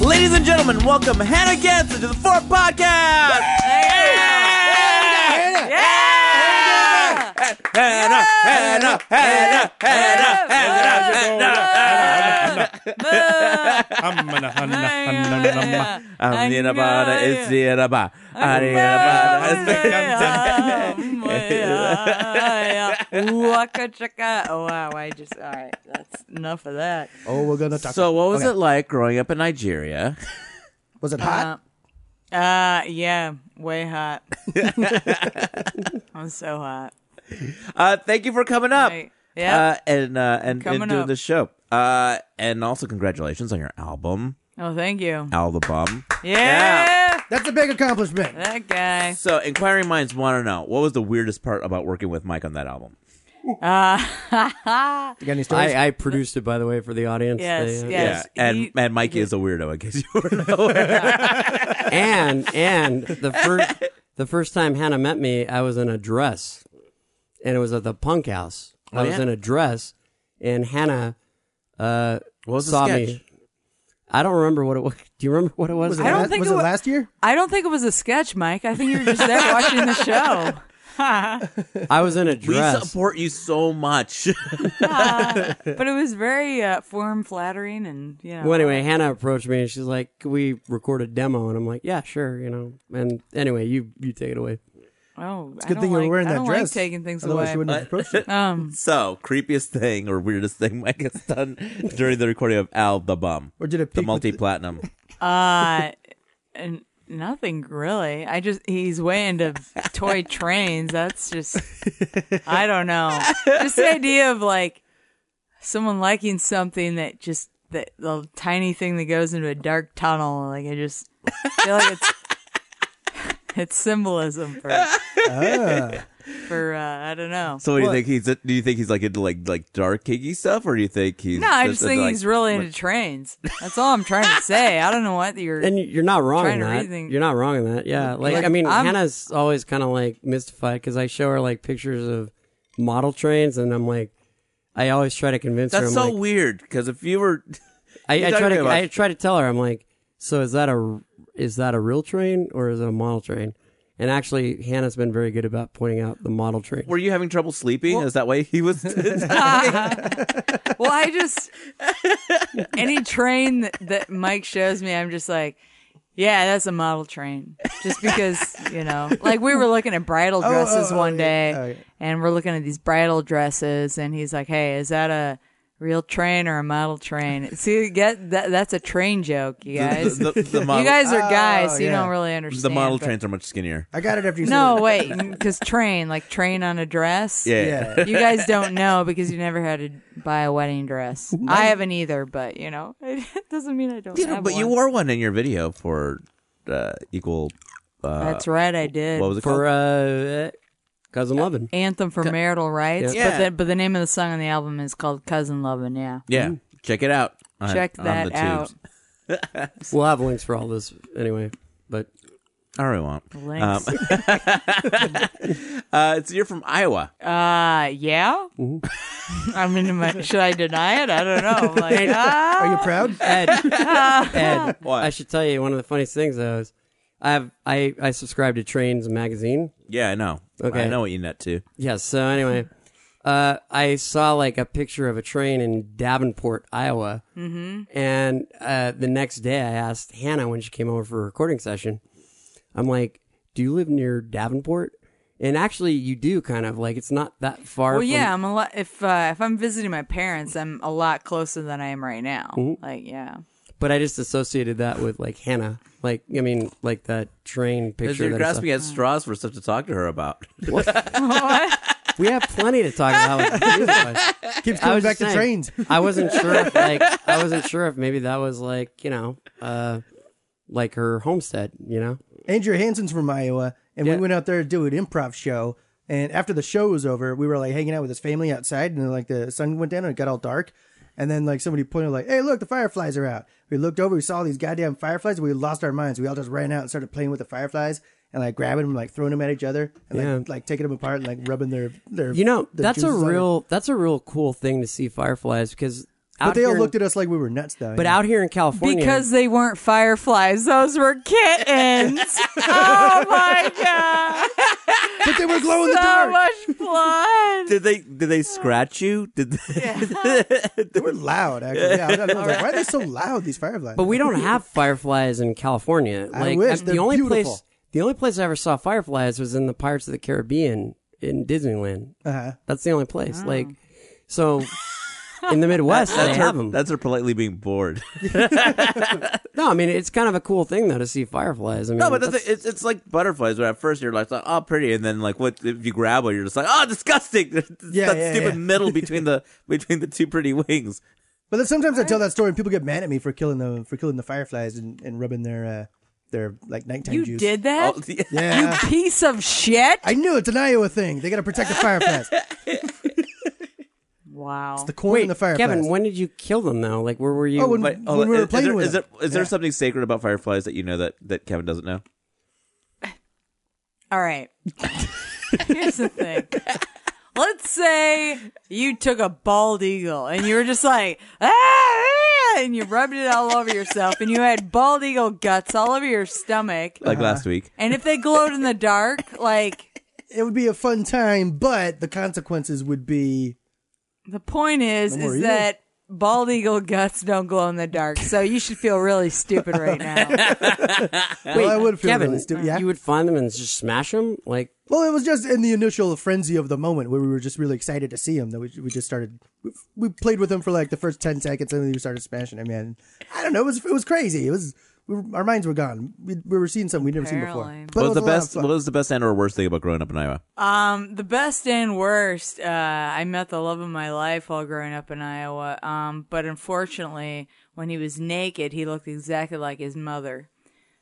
Speaker 1: Ladies and gentlemen, welcome Hannah Ganson to the Fourth Podcast. Yeah! Yeah! Hannah, Hannah, Hannah, Hannah, Hannah. I'm the Nabata, it's the Nabata. I'm the Nabata, it's the
Speaker 8: Waka chaka. Oh, wow. I just, all right. That's enough of that.
Speaker 2: Oh, we're going to taco.
Speaker 1: So, what was it like growing up in Nigeria?
Speaker 2: Was it hot?
Speaker 8: Uh, yeah. Way hot. I'm so hot.
Speaker 1: Uh, thank you for coming up.
Speaker 8: Right.
Speaker 1: Uh,
Speaker 8: Yeah.
Speaker 1: and uh, and, and
Speaker 8: Coming
Speaker 1: doing
Speaker 8: up.
Speaker 1: the show. Uh, and also congratulations on your album,
Speaker 8: Oh, thank you.
Speaker 1: Al the Bum.
Speaker 8: Yeah.
Speaker 2: That's a big accomplishment.
Speaker 8: That guy.
Speaker 1: So, inquiring minds want to know what was the weirdest part about working with Mike on that album?
Speaker 2: You got any stories?
Speaker 3: I, I produced it by the way for the audience.
Speaker 8: Yes,
Speaker 3: They- uh,
Speaker 8: yes.
Speaker 1: yeah, and
Speaker 8: He-
Speaker 1: and Mikey is a weirdo in case you were not aware.
Speaker 3: and and the first the first time Hannah met me, I was in a dress, and it was at the Punk House. I was
Speaker 1: Oh, yeah?
Speaker 3: in a dress, and Hannah uh,
Speaker 1: What was the
Speaker 3: saw
Speaker 1: sketch?
Speaker 3: me. I don't remember what it was. Do you remember what it was?
Speaker 2: was it,
Speaker 8: I don't
Speaker 2: la-
Speaker 8: think
Speaker 2: was
Speaker 8: it
Speaker 2: it
Speaker 8: wa-
Speaker 2: last year?
Speaker 8: I don't think it was a sketch, Mike. I think you were just there watching the show.
Speaker 3: I was in a
Speaker 9: We
Speaker 3: dress.
Speaker 9: support you so much.
Speaker 8: but it was very uh, form flattering and you know
Speaker 3: Well, anyway, Hannah approached me and she's like, "Can we record a demo?" And I'm like, "Yeah, sure," you know. And anyway, you you take it away.
Speaker 8: oh it's
Speaker 2: good thing you were wearing
Speaker 8: I
Speaker 2: that
Speaker 8: don't
Speaker 2: dress.
Speaker 8: like taking things
Speaker 2: Otherwise,
Speaker 8: away
Speaker 2: you wouldn't have approached it.
Speaker 8: um
Speaker 9: so, creepiest thing or weirdest thing Mike has done during the recording of Al the Bum,
Speaker 2: Or did it
Speaker 9: the
Speaker 2: peak with
Speaker 9: multi platinum.
Speaker 8: uh and nothing really I just he's way into toy trains that's just I don't know just the idea of like someone liking something that just that the tiny thing that goes into a dark tunnel like I just feel like it's it's symbolism for
Speaker 2: Ah.
Speaker 8: for uh, I don't know
Speaker 9: So, what do you think he's? Do you think he's like into like like dark kinky stuff, or do you think he's?
Speaker 8: No, I just
Speaker 9: into,
Speaker 8: think
Speaker 9: like-
Speaker 8: he's really into trains. That's all I'm trying to say. I don't know what you're.
Speaker 3: And you- you're not wrong
Speaker 8: Trying
Speaker 3: in
Speaker 8: to
Speaker 3: that.
Speaker 8: reason-
Speaker 3: You're not wrong in that. Yeah, like, I mean,
Speaker 8: I'm-
Speaker 3: Hannah's always kind of like mystified because I show her like pictures of model trains, and I'm like, I always try to convince her.
Speaker 9: That's
Speaker 3: I'm
Speaker 9: so
Speaker 3: like,
Speaker 9: weird because if you were,
Speaker 3: I, I
Speaker 9: You're
Speaker 3: try
Speaker 9: talking
Speaker 3: to
Speaker 9: about-
Speaker 3: I try to tell her I'm like, so is that a is that a real train or is it a model train? And actually, Hannah's been very good about pointing out the model train.
Speaker 9: were you having trouble sleeping? Is that why he was?
Speaker 8: well, I just any train that, that Mike shows me, I'm just like, yeah, that's a model train. Just because you know, like we were looking at bridal dresses
Speaker 2: oh,
Speaker 8: one
Speaker 2: yeah.
Speaker 8: day,
Speaker 2: Oh, yeah.
Speaker 8: and we're looking at these bridal dresses, and he's like, hey, is that a real train or a model train? See, get that, that's a train joke, you guys.
Speaker 9: the, the, the model,
Speaker 8: you guys are guys,
Speaker 2: Oh,
Speaker 8: so you
Speaker 2: yeah.
Speaker 8: don't really understand.
Speaker 9: the model
Speaker 8: but-
Speaker 9: trains are much skinnier.
Speaker 2: I got it after you
Speaker 8: No,
Speaker 2: said
Speaker 8: wait, because train, like train on a dress.
Speaker 9: Yeah.
Speaker 2: it. Yeah.
Speaker 8: You guys don't know because you never had to buy a wedding dress. I haven't either, but you know, it doesn't mean I don't.
Speaker 9: You know,
Speaker 8: have
Speaker 9: but you
Speaker 8: one.
Speaker 9: wore one in your video for uh, equal.
Speaker 8: That's right, I did.
Speaker 9: What was it
Speaker 3: for
Speaker 9: called?
Speaker 3: uh, cousin Lovin'.
Speaker 8: Anthem for marital rights.
Speaker 9: Yeah.
Speaker 8: But, the, but the name of the song on the album is called Cousin Lovin'. Yeah,
Speaker 9: Yeah, check it out. on-
Speaker 8: check
Speaker 9: on
Speaker 8: that
Speaker 9: the
Speaker 8: out.
Speaker 9: tubes.
Speaker 3: We'll have links for all this anyway. But
Speaker 9: I really won't. Um,
Speaker 8: Links.
Speaker 9: Uh, it's you're from Iowa.
Speaker 8: uh, yeah. I mean, am I- should I deny it? I don't know. I'm like, ah.
Speaker 2: Are you proud?
Speaker 3: Ed, Ed, I should tell you one of the funniest things though is I have I I subscribe to Trains magazine.
Speaker 9: Yeah, I know.
Speaker 3: Okay.
Speaker 9: I know what you nut to.
Speaker 3: Yes. So anyway, uh, I saw like a picture of a train in Davenport, Iowa, mm-hmm. and uh, the next day I asked Hannah when she came over for a recording session. I'm like, "Do you live near Davenport?" And actually, you do kind of like it's not that far.
Speaker 8: Well,
Speaker 3: from,
Speaker 8: yeah, I'm a lot. If uh, if I'm visiting my parents, I'm a lot closer than I am right now. Like, yeah.
Speaker 3: But I just associated that with like Hannah. Like I mean, like that train picture.
Speaker 9: You're
Speaker 3: that I saw.
Speaker 9: grasping at straws for stuff to talk to her about.
Speaker 3: We have plenty to talk about. With the music was.
Speaker 2: Keeps
Speaker 3: I
Speaker 2: going
Speaker 3: was
Speaker 2: back
Speaker 3: just
Speaker 2: to
Speaker 3: saying,
Speaker 2: trains.
Speaker 3: I wasn't sure if like I wasn't sure if maybe that was like you know, uh, like her homestead. You know,
Speaker 2: Andrew Hansen's from Iowa, and
Speaker 3: Yeah.
Speaker 2: we went out there to do an improv show. And after the show was over, we were like hanging out with his family outside, and then, like the sun went down and it got all dark. And then like somebody pointed like, "Hey, look, the fireflies are out." We looked over, we saw all these goddamn fireflies. We lost our minds. We all just ran out and started playing with the fireflies and like grabbing them, like throwing them at each other, and like,
Speaker 3: Yeah.
Speaker 2: like taking them apart and like rubbing their their.
Speaker 3: you know
Speaker 2: their
Speaker 3: that's a
Speaker 2: juices on it.
Speaker 3: real that's a real cool thing to see fireflies because.
Speaker 2: But
Speaker 3: out
Speaker 2: they all
Speaker 3: here in-
Speaker 2: looked at us like we were nuts, though.
Speaker 3: But out here in California,
Speaker 8: Because they weren't fireflies; those were kittens. oh my god!
Speaker 2: but they were glow in the
Speaker 8: So
Speaker 2: dark.
Speaker 8: much blood.
Speaker 9: did they did they scratch you? Did they,
Speaker 2: They were loud, actually. Yeah, I was I was like, why are they so loud? These fireflies.
Speaker 3: But we don't have fireflies in California.
Speaker 2: I
Speaker 3: Like
Speaker 2: wish.
Speaker 3: the
Speaker 2: They're
Speaker 3: only
Speaker 2: beautiful.
Speaker 3: place the only place I ever saw fireflies was in the Pirates of the Caribbean in Disneyland.
Speaker 2: Uh-huh.
Speaker 3: That's the only place. Like so in the Midwest they have them.
Speaker 9: That's her politely being bored.
Speaker 3: no, I mean it's kind of a cool thing though to see fireflies. I mean
Speaker 9: No, but that's,
Speaker 3: that's-
Speaker 9: it's it's like butterflies. Where at first you're like, oh, pretty, and then like, what if you grab one, you're just like, oh, disgusting. It's
Speaker 2: Yeah,
Speaker 9: that
Speaker 2: yeah,
Speaker 9: stupid
Speaker 2: yeah.
Speaker 9: middle between the between the two pretty wings.
Speaker 2: But then sometimes I tell that story and people get mad at me for killing the for killing the fireflies and, and rubbing their uh, their like nighttime
Speaker 8: You
Speaker 2: juice.
Speaker 8: did that,
Speaker 9: Oh, yeah.
Speaker 2: Yeah.
Speaker 8: piece of shit.
Speaker 2: I knew it's an Iowa thing. They got to protect the fireflies.
Speaker 8: Wow.
Speaker 2: The coin
Speaker 3: Wait,
Speaker 2: and the fireflies.
Speaker 3: Kevin, when did you kill them though? Like where were you?
Speaker 2: Oh, when-
Speaker 9: Wait, hold
Speaker 2: When
Speaker 9: on.
Speaker 2: we were
Speaker 9: is,
Speaker 2: playing
Speaker 9: there,
Speaker 2: with
Speaker 9: is there,
Speaker 2: them.
Speaker 9: is there something sacred about fireflies that you know that, that Kevin doesn't know?
Speaker 8: All right. Here's the thing. Let's say you took a bald eagle and you were just like, ah, ah," and you rubbed it all over yourself and you had bald eagle guts all over your stomach.
Speaker 2: Uh-huh.
Speaker 9: Like last week.
Speaker 8: And if they glowed in the dark, like
Speaker 2: it would be a fun time, but the consequences would be
Speaker 8: The point is,
Speaker 2: No more
Speaker 8: is
Speaker 2: evil.
Speaker 8: that bald eagle guts don't glow in the dark, so you should feel really stupid right now.
Speaker 2: well, I would feel
Speaker 3: Kevin,
Speaker 2: really stupid. Yeah.
Speaker 3: you would find them and just smash them. Like
Speaker 2: well, it was just in the initial frenzy of the moment where we were just really excited to see him that we, we just started we, we played with him for like the first 10 seconds and then we started smashing him man. I don't know, it was it was crazy. It was we were, our minds were gone. We, we were seeing something we'd never seen
Speaker 8: Apparently.
Speaker 2: before.
Speaker 1: What
Speaker 2: it
Speaker 1: was the
Speaker 2: a lot of
Speaker 1: best?
Speaker 2: fun.
Speaker 1: What was the best and or worst thing about growing up in Iowa?
Speaker 8: um, the best and worst, uh, I met the love of my life while growing up in Iowa. Um, but unfortunately, when he was naked, he looked exactly like his mother.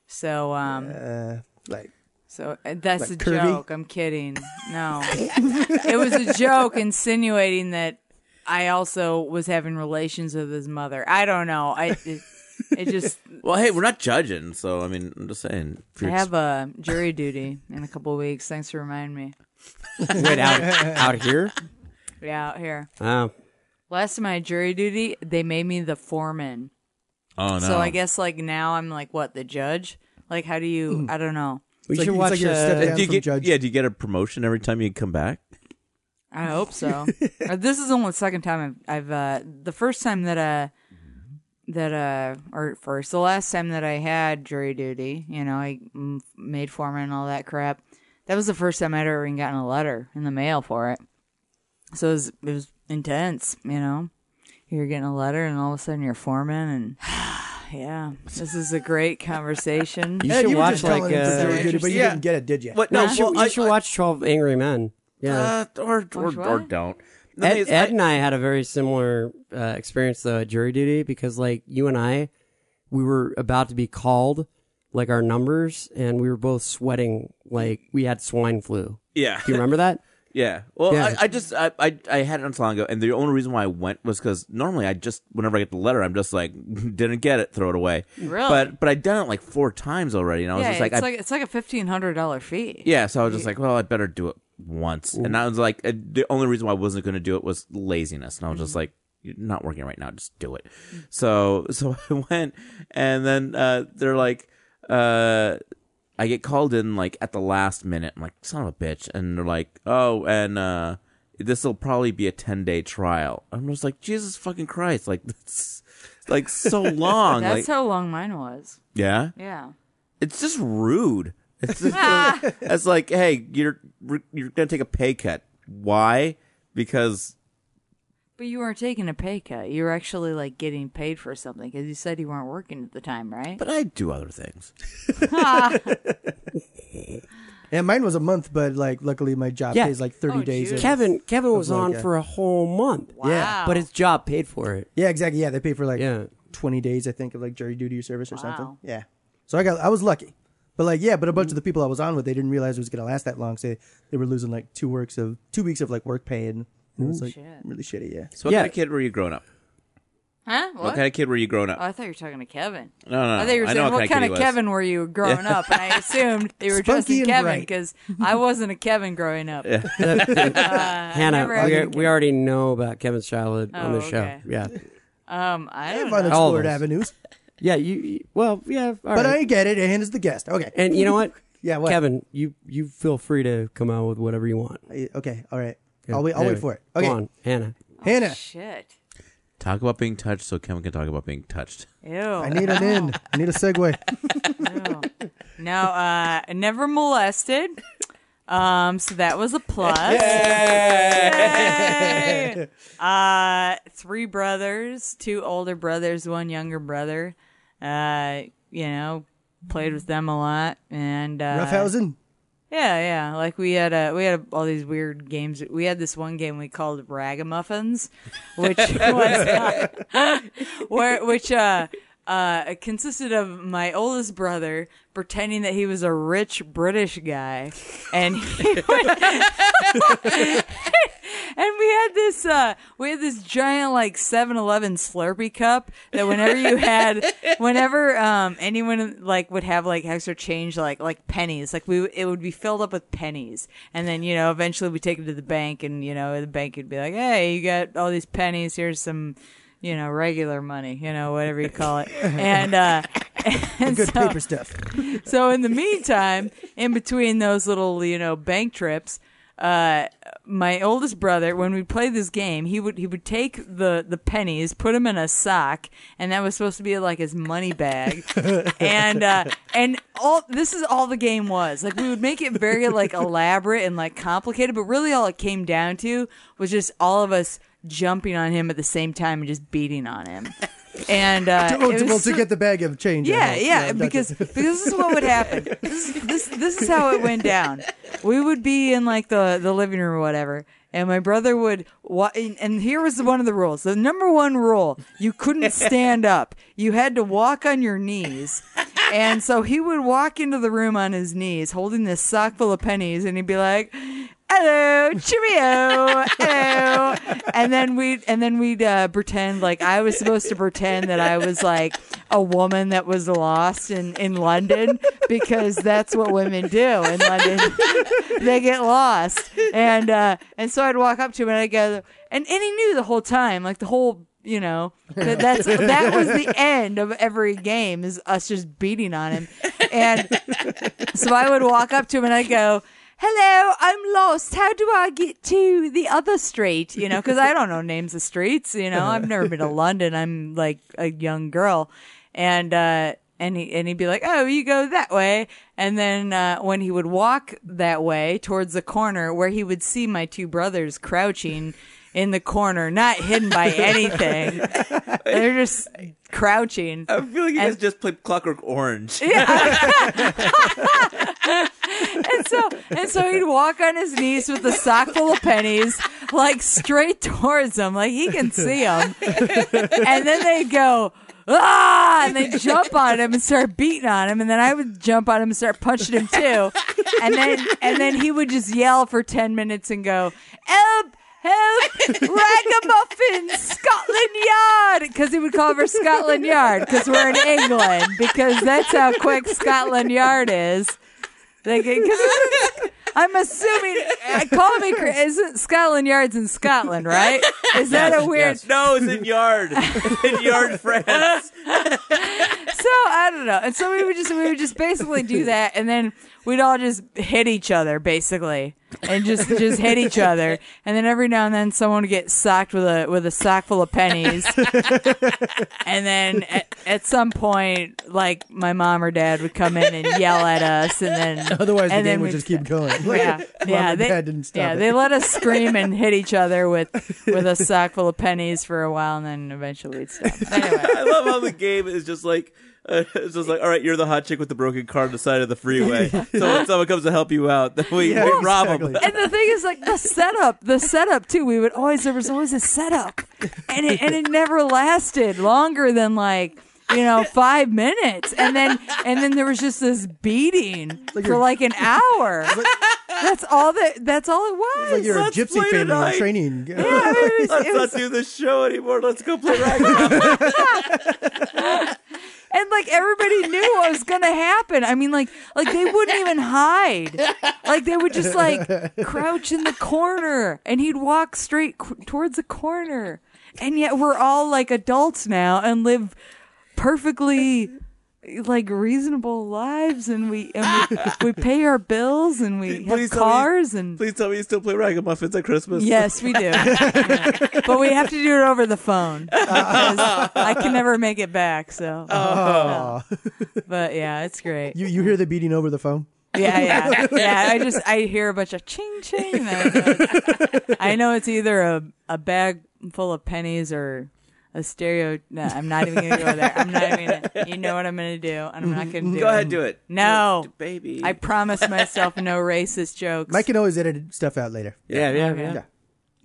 Speaker 8: So, um,
Speaker 2: like
Speaker 8: So uh, that's
Speaker 2: Like
Speaker 8: a
Speaker 2: curvy?
Speaker 8: joke. I'm kidding. No, it was a joke insinuating that I also was having relations with his mother. I don't know. I it, it just
Speaker 1: Well, hey, we're not judging, so I mean, I'm just saying. if
Speaker 8: I
Speaker 1: you're-
Speaker 8: have a jury duty in a couple of weeks. Thanks for reminding me.
Speaker 3: wait, out out here?
Speaker 8: Yeah, out here.
Speaker 3: Oh,
Speaker 8: Last time I had jury duty, they made me the foreman.
Speaker 1: oh no!
Speaker 8: So I guess like now I'm like what the judge. Like how do you? I don't know.
Speaker 3: we
Speaker 2: like-
Speaker 3: should
Speaker 2: it's
Speaker 3: watch.
Speaker 2: like you're a step
Speaker 3: uh,
Speaker 2: down.
Speaker 1: do you
Speaker 2: from
Speaker 1: get,
Speaker 2: judge.
Speaker 1: yeah, do you get a promotion every time you come back?
Speaker 8: I hope so. Uh, this is only the second time I've, I've uh, the first time that uh that uh or first the last time that I had jury duty, you know, I mm, made foreman and all that crap. That was the first time I'd ever even gotten a letter in the mail for it. So it was, it was intense, you know. You're getting a letter, and all of a sudden you're foreman, and yeah, this is a great conversation.
Speaker 3: You
Speaker 2: Ed,
Speaker 3: should
Speaker 2: you were
Speaker 3: watch
Speaker 2: just
Speaker 3: like
Speaker 2: calling in for
Speaker 3: uh,
Speaker 2: jury duty, but you
Speaker 1: Yeah.
Speaker 2: didn't get it, did you?
Speaker 1: What?
Speaker 3: no,
Speaker 1: No,
Speaker 3: you should,
Speaker 1: well, I-
Speaker 3: you should watch Twelve Angry Men. Yeah,
Speaker 1: uh, or or, or
Speaker 8: what?
Speaker 1: don't. The
Speaker 3: Ed,
Speaker 1: thing is, I-
Speaker 3: Ed and I had a very similar uh, experience though at jury duty because like you and I, we were about to be called like our numbers and we were both sweating like we had swine flu.
Speaker 1: yeah,
Speaker 3: Do you remember that?
Speaker 1: yeah. Well,
Speaker 3: Yeah.
Speaker 1: I, I just I, I I had it not so long ago, and the only reason why I went was because normally I just whenever I get the letter, I'm just like didn't get it, throw it away.
Speaker 8: Really?
Speaker 1: But but I'd done it like four times already, and I was
Speaker 8: yeah,
Speaker 1: just like,
Speaker 8: it's
Speaker 1: I,
Speaker 8: like it's like a fifteen hundred dollar fee.
Speaker 1: yeah. So I was just like, well, I better do it once, and I was like, uh, the only reason why I wasn't going to do it was laziness, and I was
Speaker 8: Mm-hmm.
Speaker 1: just like. You're not working right now. Just do it. So, so I went, and then uh, they're like, uh, I get called in like at the last minute. I'm like, son of a bitch. And they're like, oh, and uh, this will probably be a 10 day trial. I'm just like, Jesus fucking Christ. Like, that's like so long. like,
Speaker 8: That's how long mine was.
Speaker 1: yeah.
Speaker 8: Yeah.
Speaker 1: It's just rude. It's, just, it's like, hey, you're, you're going to take a pay cut. Why? Because
Speaker 8: But you weren't taking a pay cut. You were actually like getting paid for something because you said you weren't working at the time, right?
Speaker 1: but I do other things.
Speaker 2: Yeah, mine was a month, but like luckily my job
Speaker 3: Yeah.
Speaker 2: pays like 30
Speaker 8: Oh,
Speaker 2: days.
Speaker 8: Jude.
Speaker 2: in.
Speaker 3: Kevin Kevin was on
Speaker 2: like a-
Speaker 3: for a whole month.
Speaker 8: Wow.
Speaker 3: but his job paid for it.
Speaker 2: Yeah, exactly. Yeah, they pay for like
Speaker 3: Yeah.
Speaker 2: 20 days, I think, of like jury duty service or something.
Speaker 8: Wow.
Speaker 2: Yeah. So I got, I was lucky. But like, yeah, but a bunch of the people I was on with, they didn't realize it was going to last that long. So they, they were losing like two works of, two weeks of like work pay and it was like really shitty. Yeah.
Speaker 1: So, what
Speaker 3: Yeah.
Speaker 1: kind of kid were you growing up?
Speaker 8: Huh? What?
Speaker 1: What kind of kid were you growing up?
Speaker 8: Oh, I thought you were talking to Kevin.
Speaker 1: no, no, no.
Speaker 8: I thought you were
Speaker 1: I know what
Speaker 8: saying, what
Speaker 1: kind
Speaker 8: kind
Speaker 1: of
Speaker 8: of
Speaker 1: kid he was."
Speaker 8: Kevin were you growing up? And I assumed they were dressed
Speaker 2: Spunky
Speaker 8: in
Speaker 2: and
Speaker 8: Kevin
Speaker 2: bright.
Speaker 8: because I wasn't a Kevin growing up.
Speaker 3: Hannah,
Speaker 8: never
Speaker 3: we,
Speaker 8: argued.
Speaker 3: we already know about Kevin's childhood on
Speaker 8: Oh,
Speaker 3: the show.
Speaker 8: okay.
Speaker 3: Yeah,
Speaker 8: Um, I
Speaker 2: I
Speaker 8: don't
Speaker 2: have
Speaker 8: know.
Speaker 3: All of
Speaker 2: unexplored
Speaker 3: us.
Speaker 2: avenues,
Speaker 3: yeah. You, you- well, yeah. all
Speaker 2: but
Speaker 3: right.
Speaker 2: I get it. And is the guest. Okay.
Speaker 3: and you know what?
Speaker 2: Yeah, what?
Speaker 3: Kevin, you you feel free to come out with whatever you want.
Speaker 2: I- okay. All right. I'll wait, I'll wait
Speaker 3: Anyway,
Speaker 2: for it.
Speaker 3: go
Speaker 2: Okay.
Speaker 3: on, Hannah.
Speaker 2: Hannah,
Speaker 8: Shit.
Speaker 1: Talk about being touched so Kevin can talk about being touched.
Speaker 8: Ew.
Speaker 2: I need an in. I need a segue.
Speaker 8: no, uh, never molested. Um, so that was a plus. Yay! Uh, three brothers, two older brothers, one younger brother. Uh, you know, played with them a lot, and uh,
Speaker 2: Roughhousing.
Speaker 8: yeah, yeah. Like we had uh we had all these weird games. We had this one game we called Ragamuffins, which was uh, where which uh uh consisted of my oldest brother pretending that he was a rich British guy, and he would, and we had this uh we had this giant like 7-Eleven Slurpee cup that whenever you had whenever um anyone like would have like extra change like like pennies like we it would be filled up with pennies and then you know eventually we take them to the bank and you know the bank would be like hey you got all these pennies here's some you know regular money you know whatever you call it and uh And
Speaker 2: Good
Speaker 8: so-
Speaker 2: paper stuff.
Speaker 8: so in the meantime, in between those little you know bank trips, uh, my oldest brother, when we played this game, he would he would take the the pennies, put them in a sock, and that was supposed to be like his money bag, and uh, and all this is all the game was like we would make it very like elaborate and like complicated, but really all it came down to was just all of us jumping on him at the same time and just beating on him. And uh,
Speaker 2: Oh,
Speaker 8: it
Speaker 2: to,
Speaker 8: was
Speaker 2: well,
Speaker 8: so-
Speaker 2: to get the bag of change. I
Speaker 8: yeah,
Speaker 2: hope.
Speaker 8: yeah,
Speaker 2: I'm not
Speaker 8: because
Speaker 2: just-
Speaker 8: because this is what would happen. This, is- this this is how it went down. We would be in like the the living room or whatever, and my brother would. Wa- and, and here was one of the rules. The number one rule: you couldn't stand up. You had to walk on your knees. And so he would walk into the room on his knees, holding this sock full of pennies, and he'd be like. Hello, cheerio, hello, and then we and then we'd uh, pretend like I was supposed to pretend that I was like a woman that was lost in in London because that's what women do in London. they get lost, and uh, and so I'd walk up to him and I would go, and and he knew the whole time, like the whole you know that that's that was the end of every game is us just beating on him, and so I would walk up to him and I'd go, Hello, I'm lost. How do I get to the other street? You know, because I don't know names of streets. You know, I've never been to London. I'm like a young girl. And, uh, and, he, and he'd be like, oh, you go that way. And then uh, when he would walk that way towards the corner where he would see my two brothers crouching in the corner, not hidden by anything, they're just crouching.
Speaker 9: I feel like you guys just played Clockwork Orange.
Speaker 8: and so and so he'd walk on his knees with a sock full of pennies, like straight towards him, like he can see him. And then they go. Ah! And they jump on him and start beating on him, and then I would jump on him and start punching him too, and then and then he would just yell for ten minutes and go help, help, ragamuffin, Scotland Yard, because he would call her Scotland Yard because we're in England because that's how quick Scotland Yard is. Like, because I'm assuming, uh, call me, cra- isn't Scotland Yard's in Scotland, right? Is that a weird?
Speaker 9: no, it's in Yard. It's in Yard, France.
Speaker 8: So I don't know. And so we would just we would just basically do that, and then we'd all just hit each other basically, and just just hit each other, and then every now and then someone would get socked with a with a sock full of pennies, and then at, at some point, like my mom or dad would come in and yell at us, and then
Speaker 2: Otherwise, the
Speaker 8: and
Speaker 2: game
Speaker 8: then
Speaker 2: would
Speaker 8: we'd
Speaker 2: just
Speaker 8: st-
Speaker 2: keep going.
Speaker 8: yeah, yeah,
Speaker 2: and
Speaker 8: they,
Speaker 2: Dad didn't stop
Speaker 8: yeah,
Speaker 2: it.
Speaker 8: they let us scream and hit each other with with a sock full of pennies for a while, and then eventually we'd stop. Anyway,
Speaker 9: I love how the game is just like. Uh, it's just like, all right, you're the hot chick with the broken car on the side of the freeway. So when someone comes to help you out, then we,
Speaker 2: Yeah,
Speaker 9: we rob 'em.
Speaker 2: exactly.
Speaker 8: and the thing is, like the setup, the setup too. We would always there was always a setup, and it and it never lasted longer than like you know five minutes, and then and then there was just this beating for like an hour. that's all that. That's all it was.
Speaker 2: Like you're a
Speaker 9: Let's
Speaker 2: gypsy
Speaker 9: play
Speaker 2: family
Speaker 9: tonight.
Speaker 2: in training.
Speaker 8: Yeah, I mean, it was-
Speaker 9: Let's
Speaker 8: it
Speaker 9: not
Speaker 8: was-
Speaker 9: do this show anymore. Let's go play Ragnarok.
Speaker 8: and like everybody knew what was gonna happen. I mean, like like they wouldn't even hide. Like they would just like crouch in the corner, and he'd walk straight c- towards the corner. And yet we're all like adults now and live perfectly like reasonable lives, and we and we, we pay our bills and we have
Speaker 9: Please tell me-
Speaker 8: cars and.
Speaker 9: Please tell me you still play Ragamuffins at Christmas.
Speaker 8: Yes, we do. Yeah. But we have to do it over the phone. because I can never make it back, so.
Speaker 9: Oh.
Speaker 8: But yeah, it's great.
Speaker 2: You you hear the beating over the phone?
Speaker 8: Yeah, yeah. Yeah, I just I hear a bunch of ching ching. and I know- I know it's either a a bag full of pennies or a stereo. No, I'm not even going to go there. I'm not even going to. You know what I'm going to do, and I'm not going to do
Speaker 9: Go
Speaker 8: it.
Speaker 9: ahead, do it.
Speaker 8: No.
Speaker 9: Do it, baby.
Speaker 8: I promise myself no racist jokes.
Speaker 2: Mike can always edit stuff out later.
Speaker 3: Yeah, yeah, yeah.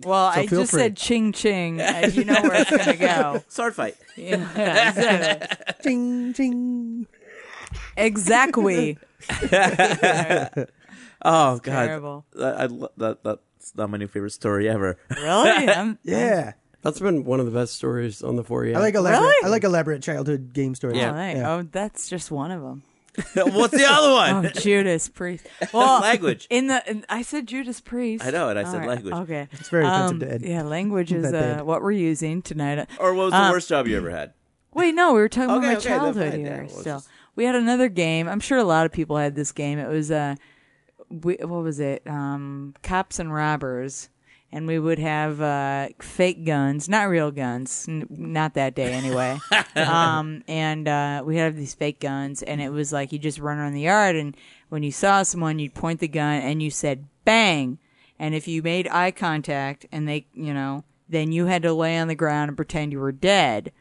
Speaker 8: well,
Speaker 2: So
Speaker 8: I
Speaker 2: feel
Speaker 8: just
Speaker 2: free.
Speaker 8: said ching ching. Uh, you know where it's going to go.
Speaker 9: Sword fight.
Speaker 8: Yeah, exactly.
Speaker 2: Ding ding.
Speaker 8: Exactly.
Speaker 9: Oh god,
Speaker 8: Terrible.
Speaker 9: I, I lo- that that's not my new favorite story ever.
Speaker 8: Really? I'm,
Speaker 2: Yeah,
Speaker 3: That's been one of the best stories on the four. E Yeah.
Speaker 2: I like elaborate.
Speaker 8: Really?
Speaker 2: I like elaborate childhood game stories.
Speaker 8: all right. Oh, that's just one of them.
Speaker 9: What's the other
Speaker 8: Oh,
Speaker 9: one?
Speaker 8: Judas Priest. Well,
Speaker 9: language.
Speaker 8: In the in, I said Judas Priest.
Speaker 9: I know, and I said language.
Speaker 8: Okay, Um,
Speaker 2: It's very offensive to Ed.
Speaker 8: Yeah, language is
Speaker 2: That
Speaker 8: uh,
Speaker 2: bad.
Speaker 8: what we're using tonight. Uh,
Speaker 9: Or what was the worst job you ever had?
Speaker 8: Wait, no, we were talking
Speaker 9: Okay,
Speaker 8: about
Speaker 9: okay,
Speaker 8: my
Speaker 9: then
Speaker 8: childhood
Speaker 9: fine, yeah,
Speaker 8: here
Speaker 9: well, it's
Speaker 8: still.
Speaker 9: just-
Speaker 8: we had another game. I'm sure a lot of people had this game. It was uh, we, what was it? Um, cops and robbers. And we would have uh, fake guns, not real guns, n- not that day anyway. um, and uh, we had these fake guns, and it was like you just run around the yard, and when you saw someone, you'd point the gun and you said bang, and if you made eye contact and they, you know, then you had to lay on the ground and pretend you were dead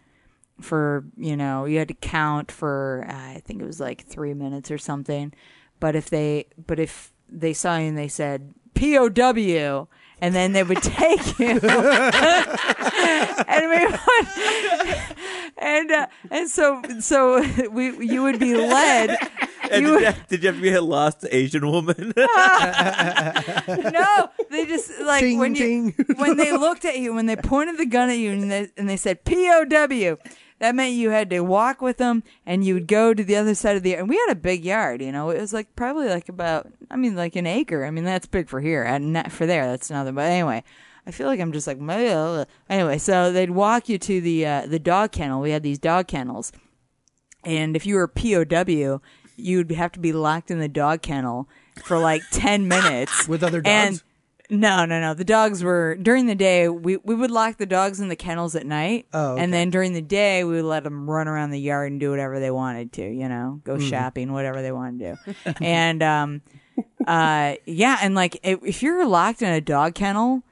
Speaker 8: for you know you had to count for uh, I think it was like three minutes or something. But if they but if they saw you and they said POW. And then they would take you, and we would, and uh, and so so we you would be led.
Speaker 9: And did,
Speaker 8: you would-
Speaker 9: you have, did you have to be a lost Asian woman?
Speaker 8: no, they just like
Speaker 2: Ting,
Speaker 8: when
Speaker 2: ting.
Speaker 8: you when they looked at you, when they pointed the gun at you, and they, and they said POW. That meant you had to walk with them, and you would go to the other side of the. And we had a big yard, you know. It was like probably like about, I mean, like an acre. I mean, that's big for here, and not for there. That's nothing. But anyway, I feel like I'm just like "Meh." anyway. So they'd walk you to the uh, the dog kennel. We had these dog kennels, and if you were a POW, you'd have to be locked in the dog kennel for like 10 minutes.
Speaker 2: With other
Speaker 8: And-
Speaker 2: dogs?
Speaker 8: no, no, no. The dogs were during the day. We we would lock the dogs in the kennels at night,
Speaker 2: Oh, okay.
Speaker 8: and then during the day we would let them run around the yard and do whatever they wanted to. You know, go
Speaker 2: Hmm.
Speaker 8: shopping, whatever they wanted to. do. and um, uh, yeah, and like if if you're locked in a dog kennel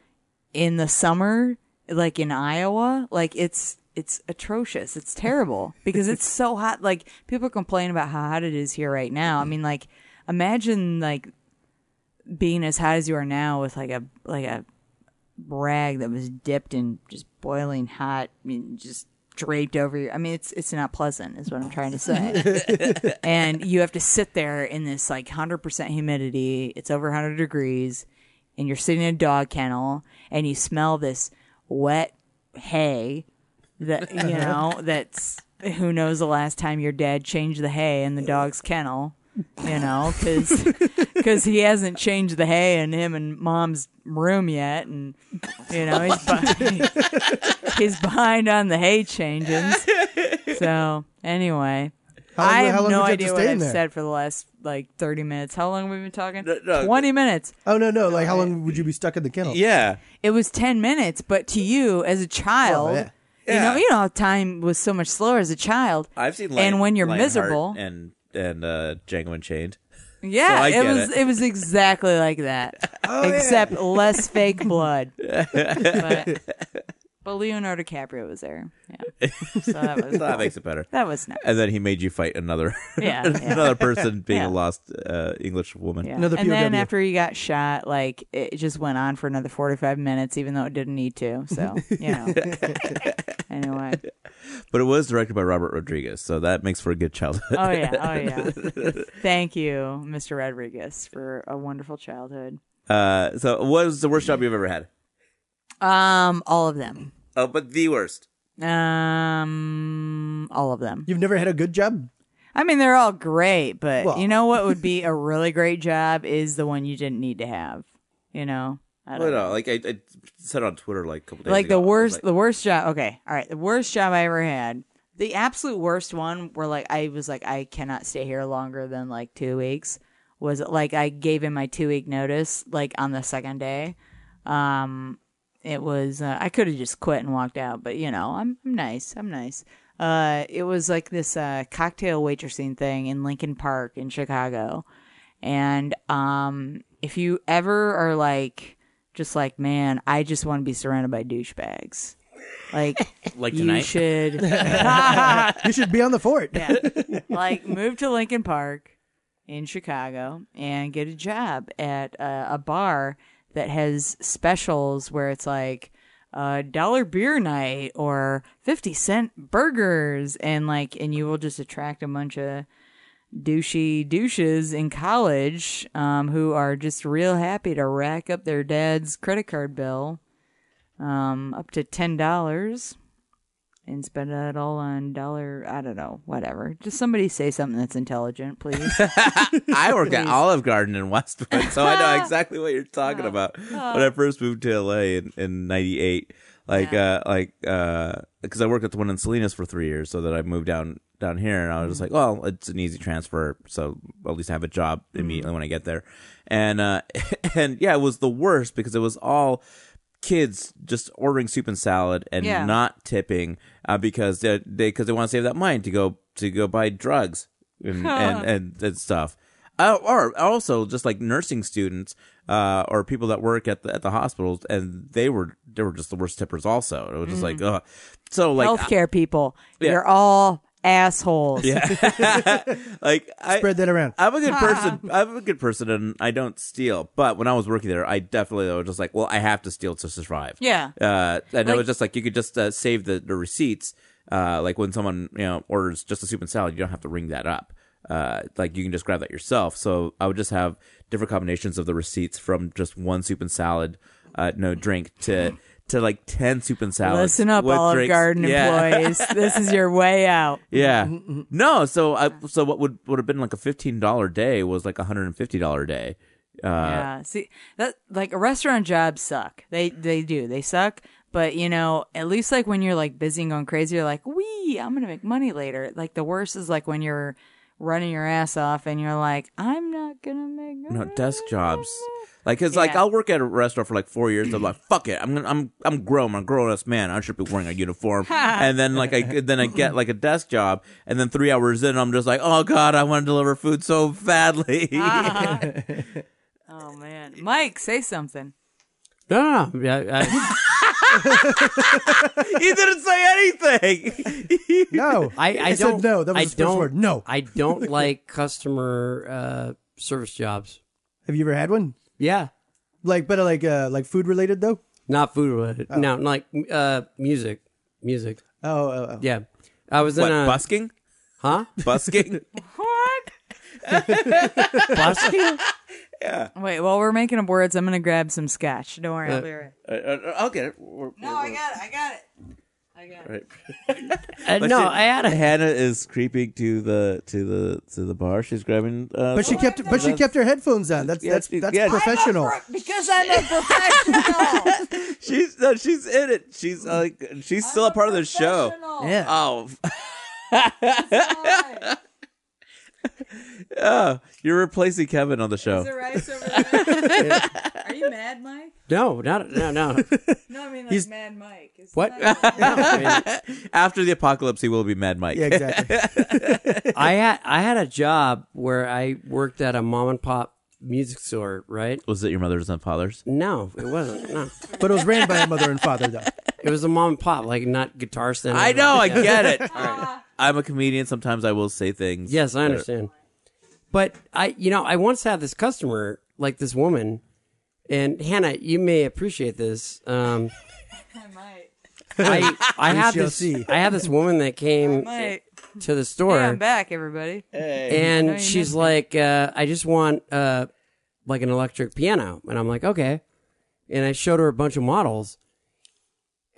Speaker 8: in the summer, like in Iowa, like it's it's atrocious. It's terrible because it's so hot. Like people complain about how hot it is here right now. I mean, like imagine like being as hot as you are now with like a like a rag that was dipped in just boiling hot I mean, just draped over you. I mean, it's it's not pleasant, is what I'm trying to say. and you have to sit there in this like 100% humidity. It's over 100 degrees, and you're sitting in a dog kennel, and you smell this wet hay that you know that's who knows the last time your dad changed the hay in the dog's kennel you know because he hasn't changed the hay in him and mom's room yet and you know he's behind, he's behind on the hay changes so anyway
Speaker 2: How long-
Speaker 8: i
Speaker 2: how
Speaker 8: have
Speaker 2: long
Speaker 8: no
Speaker 2: did you have to stay
Speaker 8: idea what
Speaker 2: in
Speaker 8: i've
Speaker 2: there?
Speaker 8: said for the last like 30 minutes how long have we been talking
Speaker 9: no.
Speaker 8: 20 minutes
Speaker 2: Oh no, no. Like, how long would you be stuck in the kennel?
Speaker 9: yeah.
Speaker 8: it was 10 minutes but to you as a child
Speaker 2: Oh, yeah.
Speaker 8: you
Speaker 9: Yeah.
Speaker 8: know you know time was so much slower as a child
Speaker 9: I've seen
Speaker 8: and
Speaker 9: Lion-
Speaker 8: when you're
Speaker 9: Lionheart
Speaker 8: miserable
Speaker 9: and and uh, Django Unchained.
Speaker 8: yeah
Speaker 9: I
Speaker 8: it
Speaker 9: get
Speaker 8: was
Speaker 9: it.
Speaker 8: it. was exactly like that
Speaker 1: Oh,
Speaker 8: except less fake blood but, but leonardo DiCaprio was there yeah so that was
Speaker 9: So that makes it better.
Speaker 8: that was nice
Speaker 9: And then he made you fight another
Speaker 8: Yeah, yeah.
Speaker 9: another person being
Speaker 8: Yeah.
Speaker 9: a lost uh, English woman.
Speaker 8: yeah.
Speaker 2: Another
Speaker 8: and then
Speaker 2: POW.
Speaker 8: after he got shot like it just went on for another 45 minutes even though it didn't need to so you know anyway
Speaker 9: But it was directed by Robert Rodriguez, so that makes for a good childhood.
Speaker 8: Oh yeah, oh yeah. Thank you, Mr. Rodriguez, for a wonderful childhood.
Speaker 9: Uh, so what was the worst job you've ever had?
Speaker 8: Um, all of them.
Speaker 9: Oh, but the worst.
Speaker 8: Um, all of them.
Speaker 2: You've never had a good job.
Speaker 8: I mean, they're all great, but
Speaker 2: Well-
Speaker 8: you know what would be a really great job is the one you didn't need to have. You know, I
Speaker 9: Well,
Speaker 8: don't know.
Speaker 9: no, like I, I said on Twitter like a couple days
Speaker 8: Like
Speaker 9: ago. I
Speaker 8: the
Speaker 9: was
Speaker 8: worst,
Speaker 9: like-
Speaker 8: the worst job. Okay, all right, the worst job I ever had. The absolute worst one, where like I was like I cannot stay here longer than like two weeks. Was like I gave in my two week notice like on the second day. Um, it was uh, I could have just quit and walked out, but you know I'm I'm nice. I'm nice. Uh, it was like this uh, cocktail waitressing thing in Lincoln Park in Chicago, and um, if you ever are like just like man, I just want to be surrounded by douchebags. Like,
Speaker 1: Like
Speaker 8: you
Speaker 1: tonight?
Speaker 8: should
Speaker 2: You should be on the fort.
Speaker 8: yeah. Like move to Lincoln Park in Chicago and get a job at uh, a bar that has specials where it's like a dollar beer night or 50 cent burgers and like and you will just attract a bunch of douchey douches in college um, who are just real happy to rack up their dad's credit card bill um, up to ten dollars and spend it all on dollar I don't know, whatever. Just somebody say something that's intelligent, please.
Speaker 9: I worked at Olive Garden in Westwood, so I know exactly what you're talking about. When I first moved to LA in in
Speaker 1: uh,
Speaker 9: '98, like uh, like because I worked at the one in Salinas for three years, so that I moved down
Speaker 1: down here, and I was just like, well, it's an easy transfer, so at least I have a job immediately when I get there, and uh, and yeah, it was the worst because it was all kids just ordering soup and salad and
Speaker 8: Yeah.
Speaker 1: not tipping uh, because they they because they want to save that money to go to go buy drugs and and, and, and stuff. Uh, or also just like nursing students uh, or people that work at the at the hospitals, and they were they were just the worst tippers. Also, it was just like, ugh. so like
Speaker 8: Healthcare people,
Speaker 1: uh,
Speaker 8: you're all assholes.
Speaker 1: like I,
Speaker 2: Spread that around.
Speaker 1: I'm a good person. I'm a good person, and I don't steal. But when I was working there, I definitely was just like, well, I have to steal to survive.
Speaker 8: Yeah.
Speaker 1: Uh, and it
Speaker 8: Like-
Speaker 1: was just like you could just uh, save the, the receipts. Uh, like when someone you know orders just a soup and salad, you don't have to ring that up. Uh, like you can just grab that yourself. So I would just have different combinations of the receipts from just one soup and salad, uh, no drink to to like ten soup and salads.
Speaker 8: Listen up,
Speaker 1: with
Speaker 8: Olive
Speaker 1: drinks.
Speaker 8: Garden
Speaker 1: Yeah.
Speaker 8: employees. this is your way out.
Speaker 1: Yeah.
Speaker 3: Mm-hmm,
Speaker 1: No, so I so what would would have been like a fifteen dollar day was like a hundred and fifty dollar day. Uh,
Speaker 8: yeah. See that like restaurant jobs suck. They they do. They suck. But you know, at least like when you're like busy and going crazy, you're like, wee, I'm gonna make money later. Like the worst is like when you're running your ass off and you're like, I'm not gonna make
Speaker 1: No desk jobs. Like, cause like
Speaker 8: Yeah.
Speaker 1: I'll work at a restaurant for like four years. I'm like, fuck it, I'm gonna, I'm I'm grown, I'm a grown ass man. I should be wearing a uniform. and then like I then I get like a desk job, and then three hours in, I'm just like, oh god, I want to deliver food so badly.
Speaker 3: Ah.
Speaker 8: Oh man, Mike, say something.
Speaker 3: No, no, no. Yeah, I,
Speaker 1: he didn't say anything.
Speaker 2: No,
Speaker 3: I, I
Speaker 2: said
Speaker 3: don't.
Speaker 2: no. That was
Speaker 3: I
Speaker 2: his first
Speaker 3: don't,
Speaker 2: word. No.
Speaker 3: I don't like customer uh, service jobs.
Speaker 2: Have you ever had one?
Speaker 3: Yeah,
Speaker 2: Like, but like, uh, like food related though.
Speaker 3: not food related. No, like uh, music, music.
Speaker 2: Oh, oh, oh.
Speaker 3: Yeah, I was
Speaker 1: what
Speaker 3: in a
Speaker 1: busking?
Speaker 3: huh
Speaker 1: Busking?
Speaker 8: What?
Speaker 3: busking.
Speaker 8: Wait, while we're making up words, I'm gonna grab some scotch. Don't worry, I'll be right.
Speaker 1: Uh, uh, I'll get it. We're-
Speaker 8: No, I got it. I got it. I got it.
Speaker 3: Uh, no,
Speaker 1: see.
Speaker 3: I had a.
Speaker 1: Hannah is creeping to the to the to the bar. She's grabbing. Uh,
Speaker 2: But she kept, but she kept her headphones on. That's
Speaker 1: Yeah,
Speaker 2: that's
Speaker 1: she-
Speaker 2: that's
Speaker 1: yeah.
Speaker 2: professional.
Speaker 8: Because I'm a professional.
Speaker 1: she's no, she's in it.
Speaker 3: Mm.
Speaker 1: She's uh, like she's still a part of the show.
Speaker 2: Yeah.
Speaker 1: Oh, oh, you're replacing Kevin on the show.
Speaker 8: rice over there? Are you mad, Mike?
Speaker 3: No, not no, no.
Speaker 8: No, I mean like
Speaker 2: He's-
Speaker 8: mad Mike. Is
Speaker 3: What?
Speaker 1: After the apocalypse, he will be Mad Mike.
Speaker 2: Yeah, exactly.
Speaker 3: I had I had a job where I worked at a mom and pop music store. Right?
Speaker 1: Was it your mother's and father's?
Speaker 3: No, it wasn't. No,
Speaker 2: but it was ran by a mother and father though.
Speaker 3: it was a mom and pop, like not guitar stand.
Speaker 1: I know. I get it. I'm a comedian. Sometimes I will say things.
Speaker 3: Yes, I
Speaker 1: that are-
Speaker 3: understand. But I, you know, I once had this customer, like this woman, and Hannah, you may appreciate this. Um,
Speaker 8: I might.
Speaker 3: I, I had
Speaker 2: shall
Speaker 3: this,
Speaker 2: see.
Speaker 3: I had this woman that came
Speaker 8: Might.
Speaker 3: to the
Speaker 8: Yeah, I'm
Speaker 3: store,
Speaker 8: back, everybody.
Speaker 3: and
Speaker 8: you
Speaker 3: she's
Speaker 8: missed
Speaker 3: like, uh, "I just want uh, like an electric piano," and I'm like, "Okay," and I showed her a bunch of models.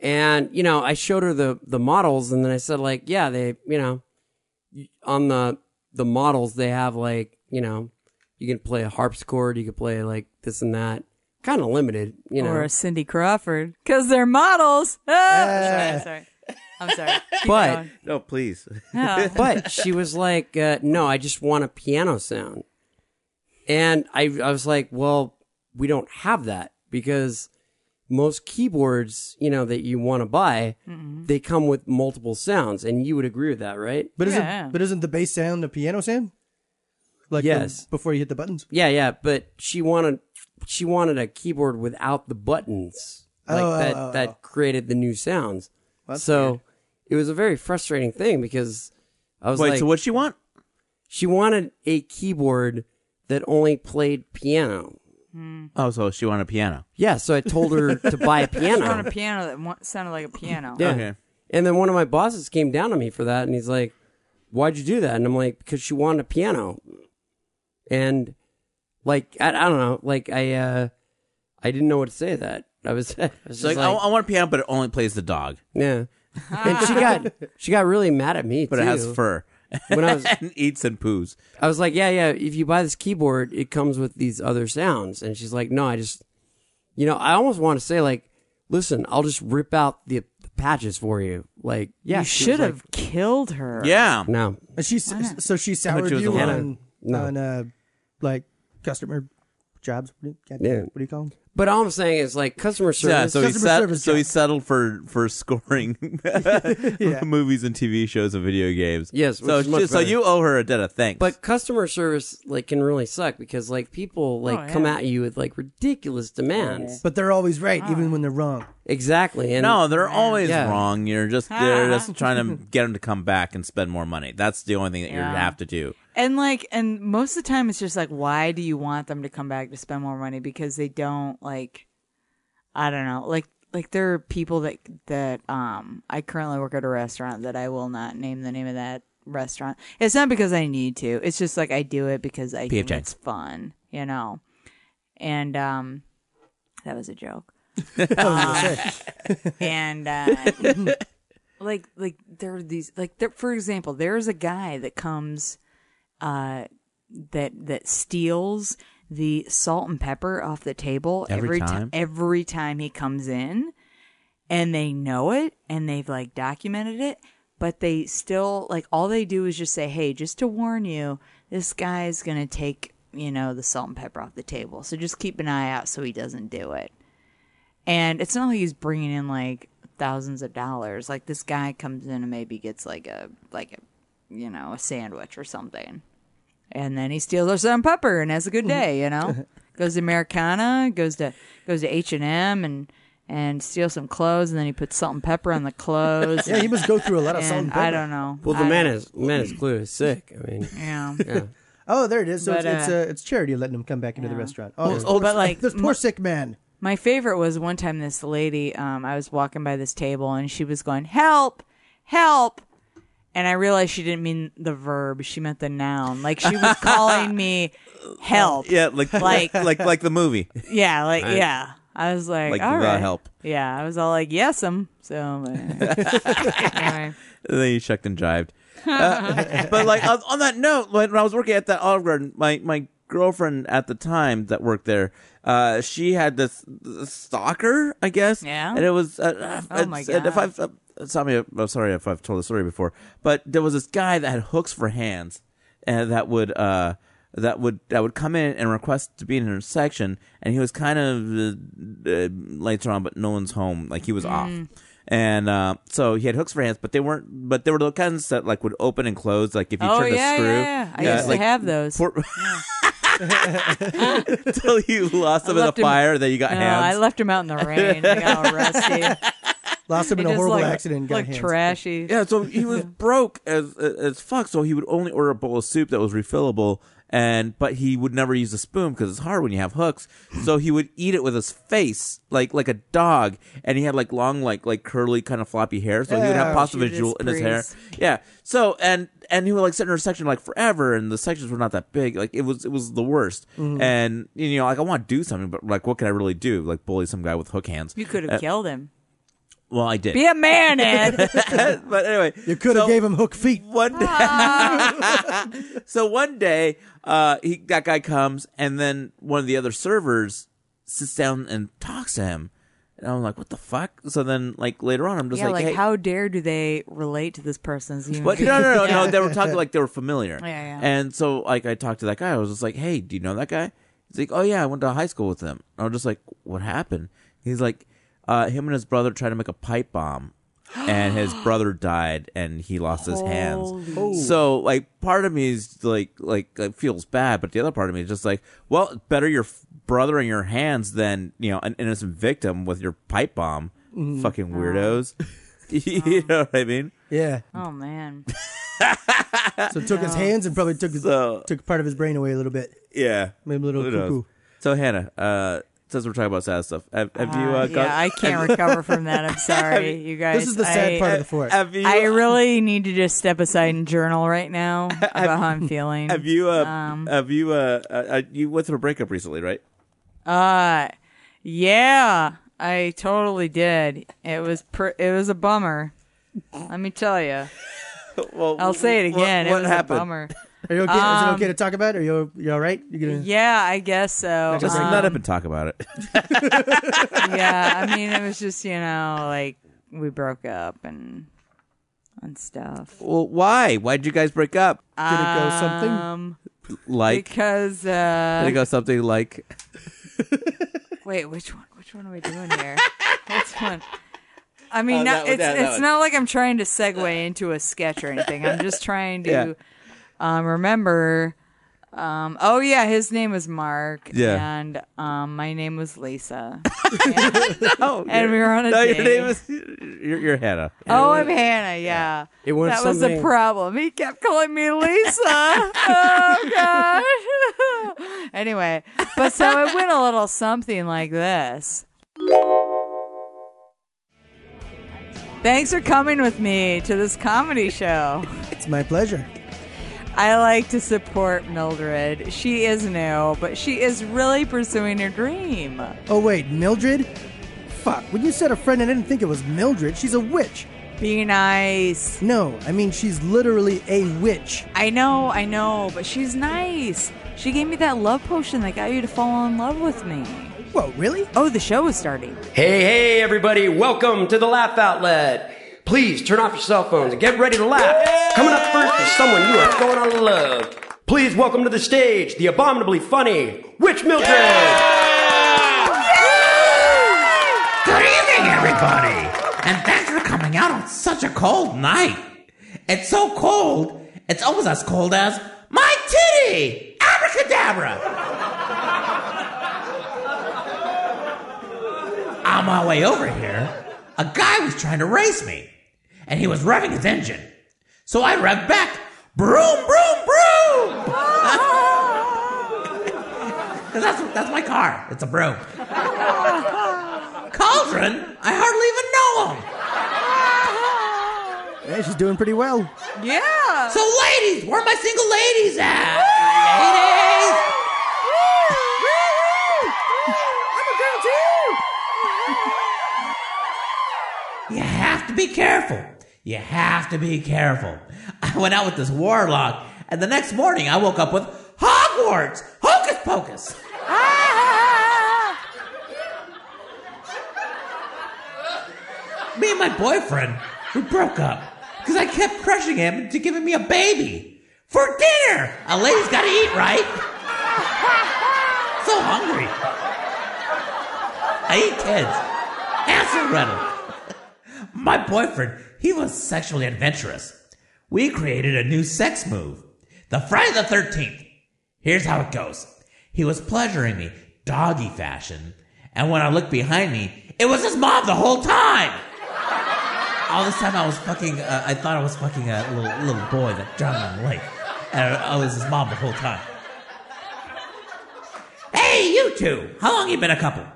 Speaker 3: And you know, I showed her the the models, and then I said like, yeah, they, you know, on the the models they have like you know you can play a harpsichord you can play like this and that kind of limited you know
Speaker 8: Or a Cindy Crawford, because they're models. Ah! Sorry, I'm sorry. Oh, I'm sorry. Keep
Speaker 3: But-
Speaker 8: going.
Speaker 1: No, please.
Speaker 8: No.
Speaker 3: but she was like uh, no i just want a piano sound and I, I was like well we don't have that because most keyboards you know that you want to buy
Speaker 2: Mm-hmm.
Speaker 3: they come with multiple sounds and you would agree with that right
Speaker 2: But isn't
Speaker 8: Yeah.
Speaker 2: but isn't the bass sound the piano sound? Like the-
Speaker 3: Yes.
Speaker 2: before you hit the buttons.
Speaker 3: Yeah, yeah, but she wanted she wanted a keyboard without the buttons, like
Speaker 2: Oh, oh,
Speaker 3: that
Speaker 2: oh,
Speaker 3: that created the new sounds. so it was a very frustrating thing because I was
Speaker 1: Wait.
Speaker 3: like,
Speaker 1: so what she want?
Speaker 3: she wanted a keyboard that only played piano.
Speaker 1: Oh, so she want a piano.
Speaker 3: Yeah, so I told her to buy a
Speaker 8: I found
Speaker 3: piano.
Speaker 8: a piano that wa- sounded like a piano.
Speaker 3: Yeah.
Speaker 1: Okay.
Speaker 3: And then one of my bosses came down on me for that, and he's like, "Why'd you do that?" And I'm like, "Because she wanted a piano." And like, I, I don't know, like I, uh I didn't know what to say to that. I was, I was just
Speaker 1: Like, "Oh,
Speaker 3: like,
Speaker 1: I, I want a piano, but it only plays the dog,
Speaker 3: yeah. and she got she got really mad at me
Speaker 1: but
Speaker 3: too.
Speaker 1: it has fur
Speaker 3: when I was
Speaker 1: and eats and poos.
Speaker 3: I was like, yeah, yeah. If you buy this keyboard, it comes with these other sounds. And she's like, no, I just, you know, I almost want to say like, listen, I'll just rip out the, the patches for you. Like, yeah,
Speaker 8: you
Speaker 3: she was
Speaker 8: should have
Speaker 3: like,
Speaker 8: killed her.
Speaker 1: Yeah.
Speaker 3: no,
Speaker 2: And she s- so she soured
Speaker 1: she was
Speaker 2: you
Speaker 1: alive.
Speaker 2: on
Speaker 3: No.
Speaker 2: on uh, like customer jobs. What do you, can't-
Speaker 3: Yeah.
Speaker 2: what do you call them?
Speaker 3: but all I'm saying is like customer service.
Speaker 1: Yeah, so he,
Speaker 2: Customer
Speaker 1: set-
Speaker 2: service
Speaker 1: so he
Speaker 2: job.
Speaker 1: settled for for scoring movies and TV shows and video games.
Speaker 3: Yes, which
Speaker 1: so
Speaker 3: is much
Speaker 1: so
Speaker 3: better.
Speaker 1: you owe her a debt of thanks.
Speaker 3: But customer service like can really suck because like people like
Speaker 8: Oh,
Speaker 3: come
Speaker 8: yeah.
Speaker 3: at you with like ridiculous demands.
Speaker 2: But they're always right, even when they're wrong.
Speaker 3: Exactly. And
Speaker 1: no, they're always
Speaker 3: Yeah.
Speaker 1: wrong. You're just they're just trying to get them to come back and spend more money. That's the only thing that you
Speaker 8: Yeah.
Speaker 1: have to do.
Speaker 8: And like, and most of the time, it's just like, why do you want them to come back to spend more money? Because they don't like, I don't know, like, like there are people that that um I currently work at a restaurant that I will not name the name of that restaurant. It's not because I need to. It's just like I do it because I think
Speaker 1: PFJ.
Speaker 8: it's fun, you know. And um, that was a joke. Uh, and uh, like, like there are these like there, for example, there's a guy that comes uh, that that steals the salt and pepper off the table
Speaker 1: Every
Speaker 8: ti-
Speaker 1: time?
Speaker 8: every time he comes in, and they know it, and they've like documented it, but they still like all they do is just say, "Hey, just to warn you, this guy's gonna take you know the salt and pepper off the table, so just keep an eye out so he doesn't do it." And it's not like he's bringing in like thousands of dollars. Like this guy comes in and maybe gets like a like a you know, a sandwich or something. And then he steals our son Pepper and has a good day, you know. goes to Americana, goes to goes to H and M and and steals some clothes and then he puts salt and pepper on the clothes.
Speaker 2: Yeah, you must go through a lot of
Speaker 8: and
Speaker 2: salt. And
Speaker 8: I
Speaker 2: pepper.
Speaker 8: don't know.
Speaker 3: Well, the
Speaker 8: I
Speaker 3: man
Speaker 8: don't-
Speaker 3: is man is clue is sick. I mean,
Speaker 8: yeah.
Speaker 3: yeah.
Speaker 2: Oh, there it is. So
Speaker 8: But,
Speaker 2: it's, it's,
Speaker 8: uh,
Speaker 2: uh, it's charity letting them come back into the restaurant. Oh, this
Speaker 8: oh,
Speaker 2: poor
Speaker 8: but,
Speaker 2: si-
Speaker 8: like,
Speaker 2: this poor sick man.
Speaker 8: My favorite was one time this lady, um, I was walking by this table and she was going, Help, help. And I realized she didn't mean the verb, she meant the noun. Like she was calling me help.
Speaker 1: Yeah, like like
Speaker 8: Like-
Speaker 1: like like the movie.
Speaker 8: Yeah, like yeah. I was like,
Speaker 1: Like,
Speaker 8: all
Speaker 1: the
Speaker 8: right.
Speaker 1: help.
Speaker 8: Yeah, I was all like, yes, um. So but- anyway,
Speaker 1: And then you shucked and jived. Uh, but like on on that note, like, when I was working at that Olive Garden, my my girlfriend at the time that worked there, uh, she had this, this stalker, I guess.
Speaker 8: Yeah.
Speaker 1: And it was. Uh,
Speaker 8: Oh
Speaker 1: it's-
Speaker 8: my
Speaker 1: and If
Speaker 8: God.
Speaker 1: I've, uh, sorry, I'm sorry if I've told the story before, but there was this guy that had hooks for hands, and that would. Uh, that would that would come in and request to be in her section, and he was kind of uh, uh, later on, but no one's home. Like he was
Speaker 8: Mm.
Speaker 1: off, and uh, so he had hooks for hands, but they weren't. But they were the kinds that like would open and close. Like if you
Speaker 8: Oh,
Speaker 1: turned
Speaker 8: yeah,
Speaker 1: a screw,
Speaker 8: yeah, yeah. I used to have those.
Speaker 1: for- Until you lost them in the
Speaker 8: left him-
Speaker 1: fire, then you got
Speaker 8: no, I
Speaker 1: hands.
Speaker 8: left him out in the rain. They got all rusty.
Speaker 2: Lost him
Speaker 8: He
Speaker 2: in a
Speaker 8: just
Speaker 2: horrible
Speaker 8: looked-
Speaker 2: accident. and Got
Speaker 8: looked
Speaker 2: hands.
Speaker 8: trashy.
Speaker 1: yeah, so he was broke as as fuck. So he would only order a bowl of soup that was refillable, and but he would never use a spoon because it's hard when you have hooks. So he would eat it with his face, like like a dog. And he had like long, like like curly, kind of floppy hair. So he would have
Speaker 2: Yeah.
Speaker 1: pasta
Speaker 8: Judas
Speaker 1: visual in his hair.
Speaker 8: Priest.
Speaker 1: Yeah. So and and he would like sit in her section like forever, and the sections were not that big. Like it was it was the worst. And you know, like I want to do something, but like what can I really do? Like bully some guy with hook hands?
Speaker 8: You could have killed him.
Speaker 1: Well, I did.
Speaker 8: Be a man, Ed.
Speaker 1: but anyway,
Speaker 2: You could have
Speaker 1: so-
Speaker 2: gave him hook feet.
Speaker 1: one day, so one day, uh, he that guy comes, and then one of the other servers sits down and talks to him, and I'm like, what the fuck? So then, like later on, I'm just
Speaker 8: yeah,
Speaker 1: like,
Speaker 8: like
Speaker 1: hey,
Speaker 8: how dare do they relate to this person's human?
Speaker 1: What?
Speaker 8: being?
Speaker 1: No, no, no, no. They were talking like they were familiar.
Speaker 8: Yeah, yeah.
Speaker 1: And so, like, I talked to that guy. I was just like, "Hey, do you know that guy?" He's like, "Oh yeah, I went to high school with him." I was just like, "What happened?" He's like, uh, "Him and his brother tried to make a pipe bomb, and his brother died, and he lost his hands." So, like, part of me is like, like, like, feels bad, but the other part of me is just like, "Well, better your f- brother in your hands than you know an innocent victim with your pipe bomb."
Speaker 8: Mm-hmm.
Speaker 1: Fucking weirdos. you know what I mean?
Speaker 2: Yeah.
Speaker 8: Oh man.
Speaker 2: So it took his hands and probably took his,
Speaker 1: So-
Speaker 2: took part of his brain away a little bit.
Speaker 1: Yeah.
Speaker 2: Made him a little
Speaker 1: Who knows?
Speaker 2: cuckoo.
Speaker 1: So Hannah, uh, since we're talking about sad stuff, have, have you uh,
Speaker 8: Uh,
Speaker 1: got?
Speaker 8: yeah, I can't recover from that. I'm sorry, you guys.
Speaker 2: This is the sad
Speaker 8: I- uh,
Speaker 2: part of the forest.
Speaker 1: have you?
Speaker 8: I really need to just step aside and journal right now about how I'm feeling.
Speaker 1: have you? Uh,
Speaker 8: Um,
Speaker 1: have you? Uh, uh, uh, you went through a breakup recently, right?
Speaker 8: Uh, yeah, I totally did. It was pr- it was a bummer. Let me tell you.
Speaker 1: Well,
Speaker 8: I'll say it
Speaker 1: what-
Speaker 8: again.
Speaker 1: what
Speaker 8: it was
Speaker 1: happened?
Speaker 8: a bummer.
Speaker 2: Are you okay? is it okay to talk about? It? Are you you all right? You gonna?
Speaker 8: Yeah, I guess so. Uh,
Speaker 1: Just
Speaker 8: Um,
Speaker 1: nut up and talk about it.
Speaker 8: yeah, I mean, it was just you know like we broke up and and stuff.
Speaker 10: Well, why? Why'd you guys break up?
Speaker 2: Did it go something?
Speaker 8: Um,
Speaker 10: Like,
Speaker 8: because uh,
Speaker 10: did it go something like?
Speaker 8: Wait, which one? Which one are we doing here? which one? I mean,
Speaker 10: Oh,
Speaker 8: not,
Speaker 10: that one,
Speaker 8: it's
Speaker 10: that- that
Speaker 8: it's
Speaker 10: one.
Speaker 8: not like I'm trying to segue into a sketch or anything. I'm just trying to um, remember. Um, oh yeah, his name was Mark,
Speaker 10: Yeah.
Speaker 8: and um, my name was Lisa.
Speaker 10: Oh,
Speaker 8: And we were on a
Speaker 10: no,
Speaker 8: date.
Speaker 10: your name is you're, you're Hannah.
Speaker 8: oh, I'm Hannah. Yeah,
Speaker 3: It was
Speaker 8: that was the
Speaker 3: something-
Speaker 8: problem. He kept calling me Lisa. oh gosh. anyway, but so it went a little something like this. Thanks for coming with me to this comedy show.
Speaker 2: It's my pleasure.
Speaker 8: I like to support Mildred. She is new, but she is really pursuing her dream.
Speaker 2: Oh wait, Mildred? Fuck. When you said a friend, I didn't think it was Mildred. She's a witch.
Speaker 8: Be nice.
Speaker 2: No, I mean she's literally a witch.
Speaker 8: I know, I know, but she's nice. She gave me that love potion that got you to fall in love with me.
Speaker 2: Whoa, really?
Speaker 8: Oh, the show is starting.
Speaker 11: Hey, hey, everybody, welcome to the Laugh Outlet. Please turn off your cell phones and get ready to laugh. Coming up first is someone you are going to love. Please welcome to the stage the abominably funny Witch Mildred.
Speaker 1: Good evening, everybody, and thanks for coming out on such a cold night. It's so cold, it's almost as cold as my titty! Abracadabra! On my way over here, a guy was trying to race me, and he was revving his engine. So I revved back, broom, broom, broom! Because that's, that's my car, it's a broom. Cauldron? I hardly even know him!
Speaker 2: Yeah, she's doing pretty well.
Speaker 8: Yeah.
Speaker 1: So, ladies, where are my single ladies at? Ladies! You have to be careful. You have to be careful. I went out with this warlock, and the next morning I woke up with Hogwarts! Hocus pocus! me and my boyfriend, we broke up because I kept crushing him into giving me a baby for dinner. A lady's got to eat, right? so hungry. I eat kids. Answer riddle. my boyfriend, he was sexually adventurous. We created a new sex move, the Friday the 13th. Here's how it goes. He was pleasuring me, doggy fashion, and when I looked behind me, it was his mom the whole time. All this time I was fucking, uh, I thought I was fucking a little, little boy that drowned in the lake. And I, I was his mom the whole time. Hey, you two! How long you been a couple?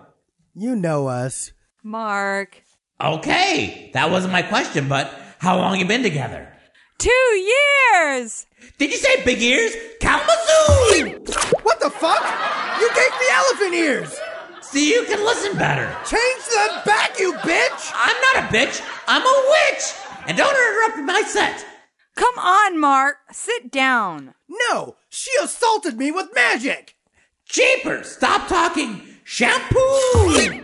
Speaker 2: You know us.
Speaker 8: Mark,
Speaker 1: Okay, that wasn't my question, but how long you been together?
Speaker 8: two years.
Speaker 1: Did you say big ears? Kalamazoo!
Speaker 2: What the fuck? You gave me elephant ears.
Speaker 1: See, you can listen better.
Speaker 2: Change them back, you bitch.
Speaker 1: I'm not a bitch, I'm a witch! And don't interrupt my set!
Speaker 8: Come on, Mark. Sit down.
Speaker 2: No, she assaulted me with magic.
Speaker 1: Jeepers, stop talking! Shampoo!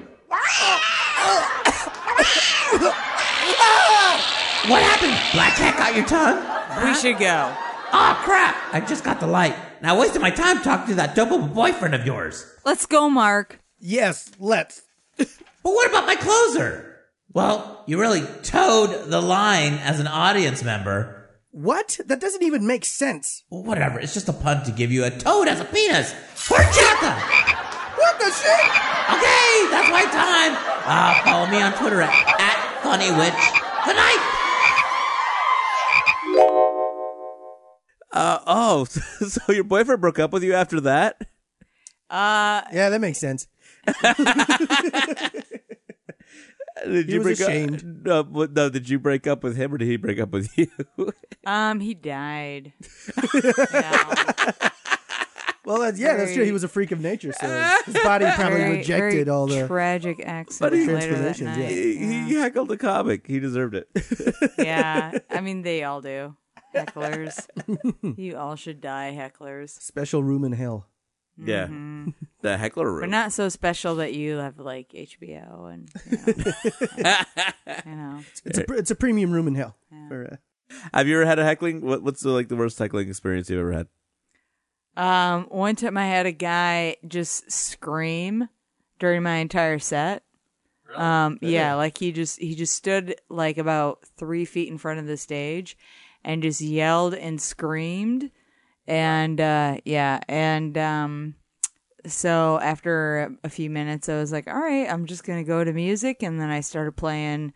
Speaker 1: what happened? Black cat got your tongue?
Speaker 8: We should go.
Speaker 1: Oh crap! I just got the light. And I wasted my time talking to that double boyfriend of yours.
Speaker 8: Let's go, Mark.
Speaker 2: Yes, let's.
Speaker 1: But what about my closer? Well, you really towed the line as an audience member.
Speaker 2: What? That doesn't even make sense.
Speaker 1: Well, whatever, it's just a pun to give you a toad as a penis. Horchata!
Speaker 2: What the shit?
Speaker 1: Okay, that's my time. Uh, follow me on Twitter at, at FunnyWitch. Good night!
Speaker 10: Uh, oh, so your boyfriend broke up with you after that?
Speaker 2: Yeah, that makes sense.
Speaker 10: Did
Speaker 2: He
Speaker 10: you
Speaker 2: was
Speaker 10: break Up?
Speaker 2: ashamed.
Speaker 10: No, but- no, did you break up with him or did he break up with you?
Speaker 8: Um, he died. yeah.
Speaker 2: Well, that's, yeah, that's true. He was a freak of nature, so his body probably
Speaker 8: Very-
Speaker 2: rejected
Speaker 8: very
Speaker 2: all the.
Speaker 8: tragic accident later that
Speaker 2: Transformations,
Speaker 8: night.
Speaker 10: he, he heckled a comic. He deserved it.
Speaker 8: Yeah. I mean, they all do. Hecklers, you all should die, hecklers.
Speaker 2: Special room in hell.
Speaker 1: Yeah.
Speaker 2: Mm-hmm.
Speaker 1: The heckler room.
Speaker 8: We're not so special that you have like HBO and you know, you know.
Speaker 2: It's a, pr- it's a premium room in hell. For, uh,
Speaker 1: Have you ever had a heckling? What, what's the, like the worst heckling experience you've ever had?
Speaker 8: Um, one time I had a guy just scream during my entire set. Um, yeah, like he just he just stood like about three feet in front of the stage, and just yelled and screamed, and uh, yeah, and um, so after a few minutes, I was like, all right, I'm just gonna go to music, and then I started playing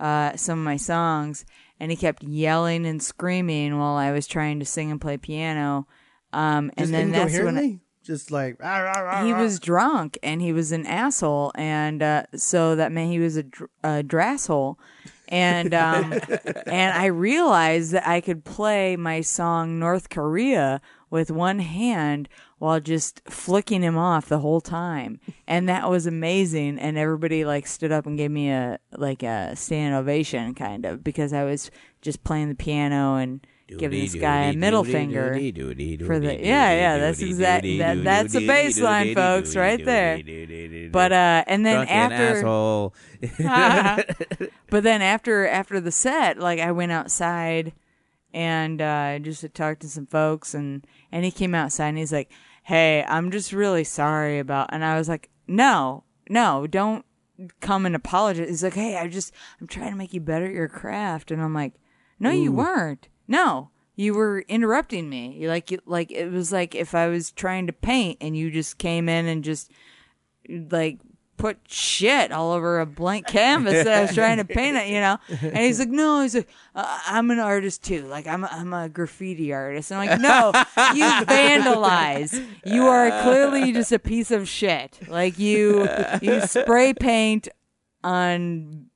Speaker 8: uh, some of my songs, and he kept yelling and screaming while I was trying to sing and play piano. Um, and
Speaker 2: just
Speaker 8: then that's when I-
Speaker 2: incoherently, just like rah, rah, rah,
Speaker 8: he
Speaker 1: Uh-huh.
Speaker 2: rah.
Speaker 8: was drunk and he was an asshole, and uh, so that meant he was a, dr- a drasshole. And um, and I realized that I could play my song North Korea with one hand while just flicking him off the whole time, and that was amazing. And everybody like stood up and gave me a like a stand ovation, kind of, because I was just playing the piano and giving this guy a middle finger for the yeah yeah that's exactly that, that's the baseline folks right there but uh and then
Speaker 1: Drunken
Speaker 8: after
Speaker 1: asshole.
Speaker 8: but then after after the set like i went outside and uh just to talk to some folks and and he came outside and he's like hey i'm just really sorry about and i was like no no don't come and apologize he's like hey i just i'm trying to make you better at your craft and i'm like no you weren't no you were interrupting me you like you, like it was like if i was trying to paint and you just came in and just like put shit all over a blank canvas that I was trying to paint it, you know? And he's like, no, he's like, uh, I'm an artist too. Like, I'm, I'm a graffiti artist. And I'm like, no, you vandalize. You are clearly just a piece of shit. Like, you, you spray paint on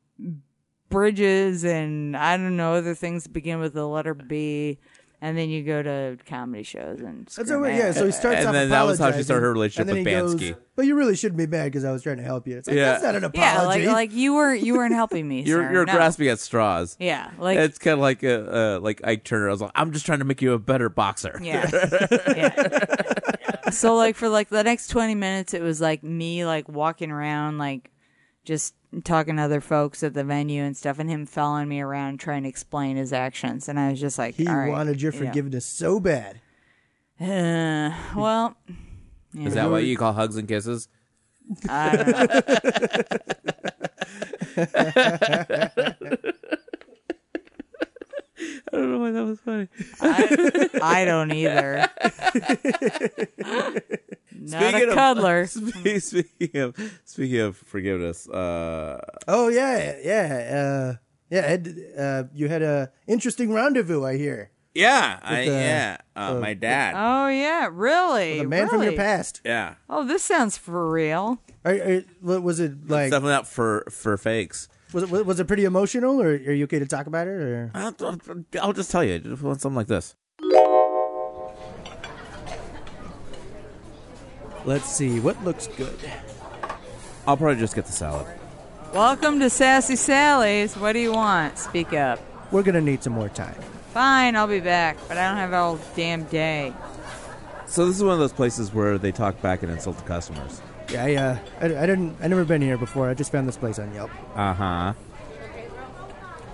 Speaker 8: bridges and I don't know, other things that begin with the letter B. And then you go to comedy shows and
Speaker 2: That's
Speaker 8: scream
Speaker 2: all right.
Speaker 8: at
Speaker 2: Yeah,
Speaker 8: it.
Speaker 2: so he starts
Speaker 1: And
Speaker 2: off
Speaker 1: then that was how she started her relationship
Speaker 2: apologizing, and then
Speaker 1: with
Speaker 2: he goes,
Speaker 1: Bansky.
Speaker 2: But you really shouldn't be mad because I was trying to help you. It's like,
Speaker 1: Yeah.
Speaker 2: that's not an apology.
Speaker 8: Yeah, like like you were you weren't helping me.
Speaker 1: You're,
Speaker 8: sir.
Speaker 1: you're
Speaker 8: No.
Speaker 1: grasping at straws.
Speaker 8: Yeah, like
Speaker 1: it's kind of like a, uh, like Ike Turner. I was like, I'm just trying to make you a better boxer.
Speaker 8: Yeah. yeah. So like for like the next 20 minutes it was like me like walking around like just talking to other folks at the venue and stuff and him following me around trying to explain his actions and I was just like
Speaker 2: he
Speaker 8: all right,
Speaker 2: wanted your
Speaker 8: you know.
Speaker 2: forgiveness so bad.
Speaker 8: Uh, well,
Speaker 1: Is that what you call hugs and kisses?
Speaker 8: I don't know.
Speaker 1: I don't know why that was funny.
Speaker 8: I, I don't either. Not
Speaker 1: Speaking
Speaker 8: a
Speaker 1: of-
Speaker 8: cuddler.
Speaker 1: Spe- speaking of speaking of forgiveness, uh,
Speaker 2: Oh yeah, yeah, uh, yeah. Ed, uh, you had a interesting rendezvous, I hear.
Speaker 1: yeah, I,
Speaker 2: uh,
Speaker 1: yeah, uh, my dad,
Speaker 8: oh yeah, really?
Speaker 2: The man from your
Speaker 8: Really?
Speaker 2: past.
Speaker 1: yeah,
Speaker 8: Oh, this sounds for real.
Speaker 2: Are, are, what- was it like?
Speaker 1: definitely not for for fakes.
Speaker 2: Was it was it pretty emotional, or are you okay to talk about it? Or
Speaker 1: I'll, I'll- I'll just tell you, just want something like this.
Speaker 2: let's see what looks good.
Speaker 1: I'll probably just get the salad.
Speaker 8: Welcome to Sassy Sally's. What do you want? Speak up.
Speaker 2: We're gonna need some more time.
Speaker 8: Fine, I'll be back, but I don't have all damn day.
Speaker 1: So this is one of those places where they talk back and insult the customers.
Speaker 2: Yeah, I, uh, I, I didn't. I never been here before. I just found this place on Yelp.
Speaker 1: Uh huh.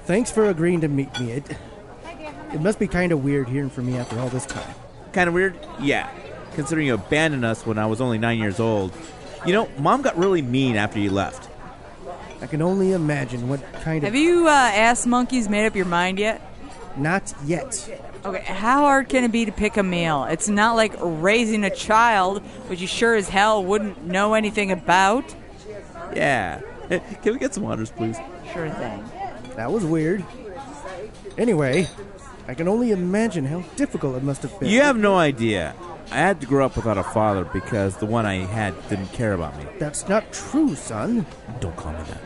Speaker 2: Thanks for agreeing to meet me. It it must be kind of weird hearing from me after all this time.
Speaker 1: Kind of weird. Yeah, considering you abandoned us when I was only nine years old. You know, mom got really mean after you left.
Speaker 2: I can only imagine what kind
Speaker 8: Have
Speaker 2: of
Speaker 8: you uh, ass monkeys made up your mind yet?
Speaker 2: not yet.
Speaker 8: Okay, how hard can it be to pick a meal? It's not like raising a child, which you sure as hell wouldn't know anything about.
Speaker 1: Yeah. Eh, Can we get some waters, please?
Speaker 8: Sure thing.
Speaker 2: That was weird. Anyway, I can only imagine how difficult it must have been.
Speaker 1: You have no idea. I had to grow up without a father because the one I had didn't care about me.
Speaker 2: That's not true, son.
Speaker 1: Don't call me that.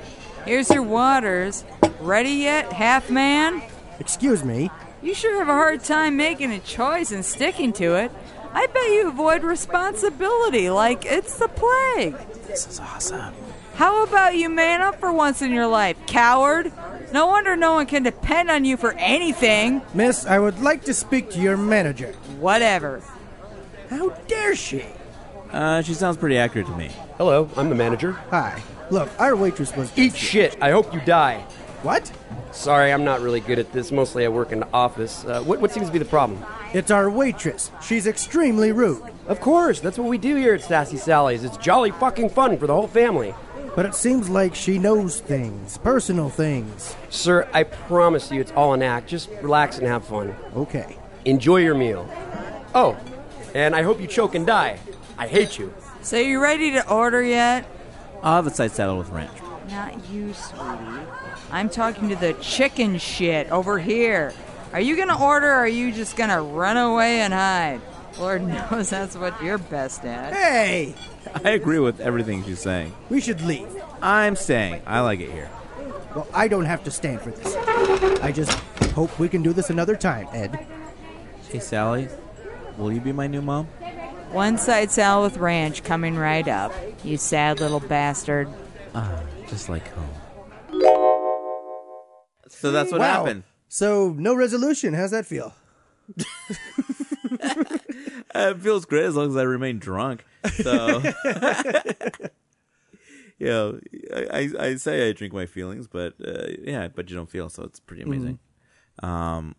Speaker 8: Here's your waters. Ready yet, half man?
Speaker 2: Excuse me.
Speaker 8: You sure have a hard time making a choice and sticking to it. I bet you avoid responsibility like it's the plague.
Speaker 1: This is awesome.
Speaker 8: How about you man up for once in your life, coward? No wonder no one can depend on you for anything.
Speaker 2: Miss, I would like to speak to your manager.
Speaker 8: Whatever.
Speaker 2: How dare she?
Speaker 1: Uh, she sounds pretty accurate to me.
Speaker 11: Hello, I'm the manager.
Speaker 2: Hi. Look, our waitress was.
Speaker 11: Eat shit. I hope you die.
Speaker 2: What?
Speaker 11: Sorry, I'm not really good at this. Mostly I work in the office. Uh, what, what seems to be the problem?
Speaker 2: It's our waitress. She's extremely rude.
Speaker 11: Of course, that's what we do here at Sassy Sally's. It's jolly fucking fun for the whole family.
Speaker 2: But it seems like she knows things, personal things.
Speaker 11: Sir, I promise you it's all an act. Just relax and have fun.
Speaker 2: Okay.
Speaker 11: Enjoy your meal. Oh, and I hope you choke and die. I hate you.
Speaker 8: So you ready to order yet?
Speaker 1: I'll have a side salad with ranch.
Speaker 8: Not you, sweetie. I'm talking to the chicken shit over here. Are you gonna order or are you just gonna run away and hide? Lord knows that's what you're best at.
Speaker 2: Hey,
Speaker 1: I agree with everything she's saying.
Speaker 2: we should leave.
Speaker 1: I'm staying. I like it here.
Speaker 2: Well, I don't have to stand for this. I just hope we can do this another time, Ed.
Speaker 1: Hey, Sally, will you be my new mom?
Speaker 8: One side salad with ranch coming right up. You sad little bastard.
Speaker 1: Just like home. So that's what
Speaker 2: Wow.
Speaker 1: happened.
Speaker 2: So, no resolution. How's that feel?
Speaker 1: It feels great as long as I remain drunk. So, yeah, I, I I say I drink my feelings, but uh, yeah, but you don't feel, so it's pretty amazing. Um,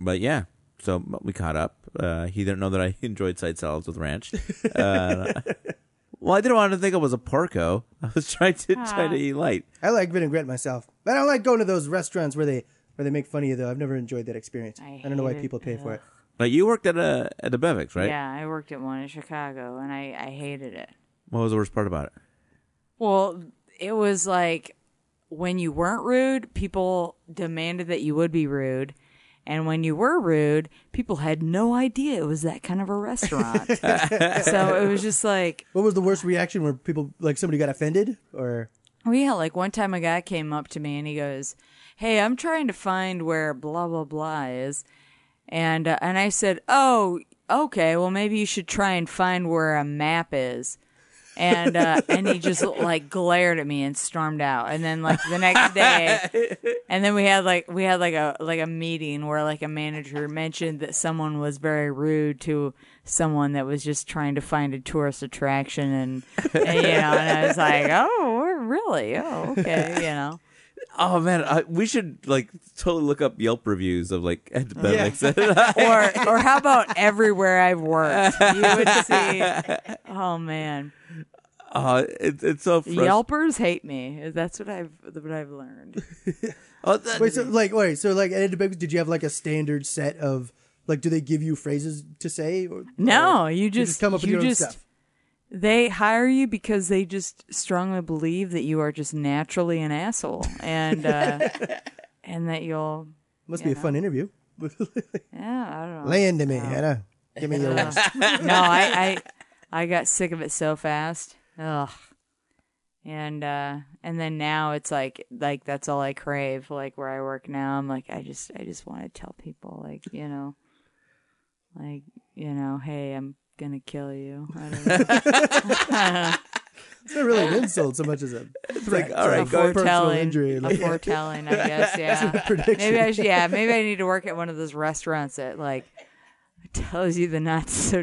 Speaker 1: but yeah, so we caught up. Uh, he didn't know that I enjoyed side salads with ranch. Uh, well, I didn't want to think I was a porco. I was trying to try to eat light.
Speaker 2: I like vinaigrette myself. but I don't like going to those restaurants where they where they make fun of you though. I've never enjoyed that experience.
Speaker 8: I
Speaker 2: don't know why
Speaker 8: hate it.
Speaker 2: people pay for it.
Speaker 1: Like you worked at a at the Bevix, right?
Speaker 8: Yeah, I worked at one in Chicago and I, I hated it.
Speaker 1: What was the worst part about it?
Speaker 8: Well, it was like when you weren't rude, people demanded that you would be rude. And when you were rude, people had no idea it was that kind of a restaurant. so it was just like,
Speaker 2: What was the worst reaction where people like somebody got offended or
Speaker 8: well, yeah, like one time a guy came up to me and he goes, Hey, I'm trying to find where blah, blah, blah is. And, uh, and I said, Oh, okay, well, maybe you should try and find where a map is. and uh, and he just like glared at me and stormed out. And then like the next day, and then we had like we had like a like a meeting where like a manager mentioned that someone was very rude to someone that was just trying to find a tourist attraction, and, and, you know, and I was like, oh, we're really, oh, okay, you know.
Speaker 1: Oh man, I, we should like totally look up Yelp reviews of like at the Bevix.
Speaker 8: Or, or how about everywhere I've worked? You would see. Oh man,
Speaker 1: Uh, it, it's so frustrating.
Speaker 8: Yelpers hate me. That's what I've what I've learned.
Speaker 1: Oh, that-
Speaker 2: Wait,
Speaker 8: Mm-hmm.
Speaker 2: so like wait, so like at the Baker's, did you have like a standard set of like do they give you phrases to say or
Speaker 8: No,
Speaker 2: or
Speaker 8: you just,
Speaker 2: come up with
Speaker 8: you
Speaker 2: your own
Speaker 8: just,
Speaker 2: stuff?
Speaker 8: They hire you because they just strongly believe that you are just naturally an asshole, and uh, and that you'll
Speaker 2: Must be a fun interview.
Speaker 8: yeah, I don't know.
Speaker 2: Land to me, Hannah. Give me your
Speaker 8: no, I, I I got sick of it so fast. Ugh. And uh and then now it's like like that's all I crave. Like where I work now, I'm like I just I just want to tell people like you know, like you know, hey, I'm gonna kill you. I don't know.
Speaker 2: It's not really an insult so much as a threat.
Speaker 1: all
Speaker 2: or
Speaker 1: right,
Speaker 2: a
Speaker 8: a
Speaker 1: go ahead.
Speaker 2: personal
Speaker 8: foretelling,
Speaker 2: injury.
Speaker 8: a
Speaker 2: Like,
Speaker 8: foretelling, I guess. Yeah. Maybe I should. Yeah, maybe I need to work at one of those restaurants that like tells you the not so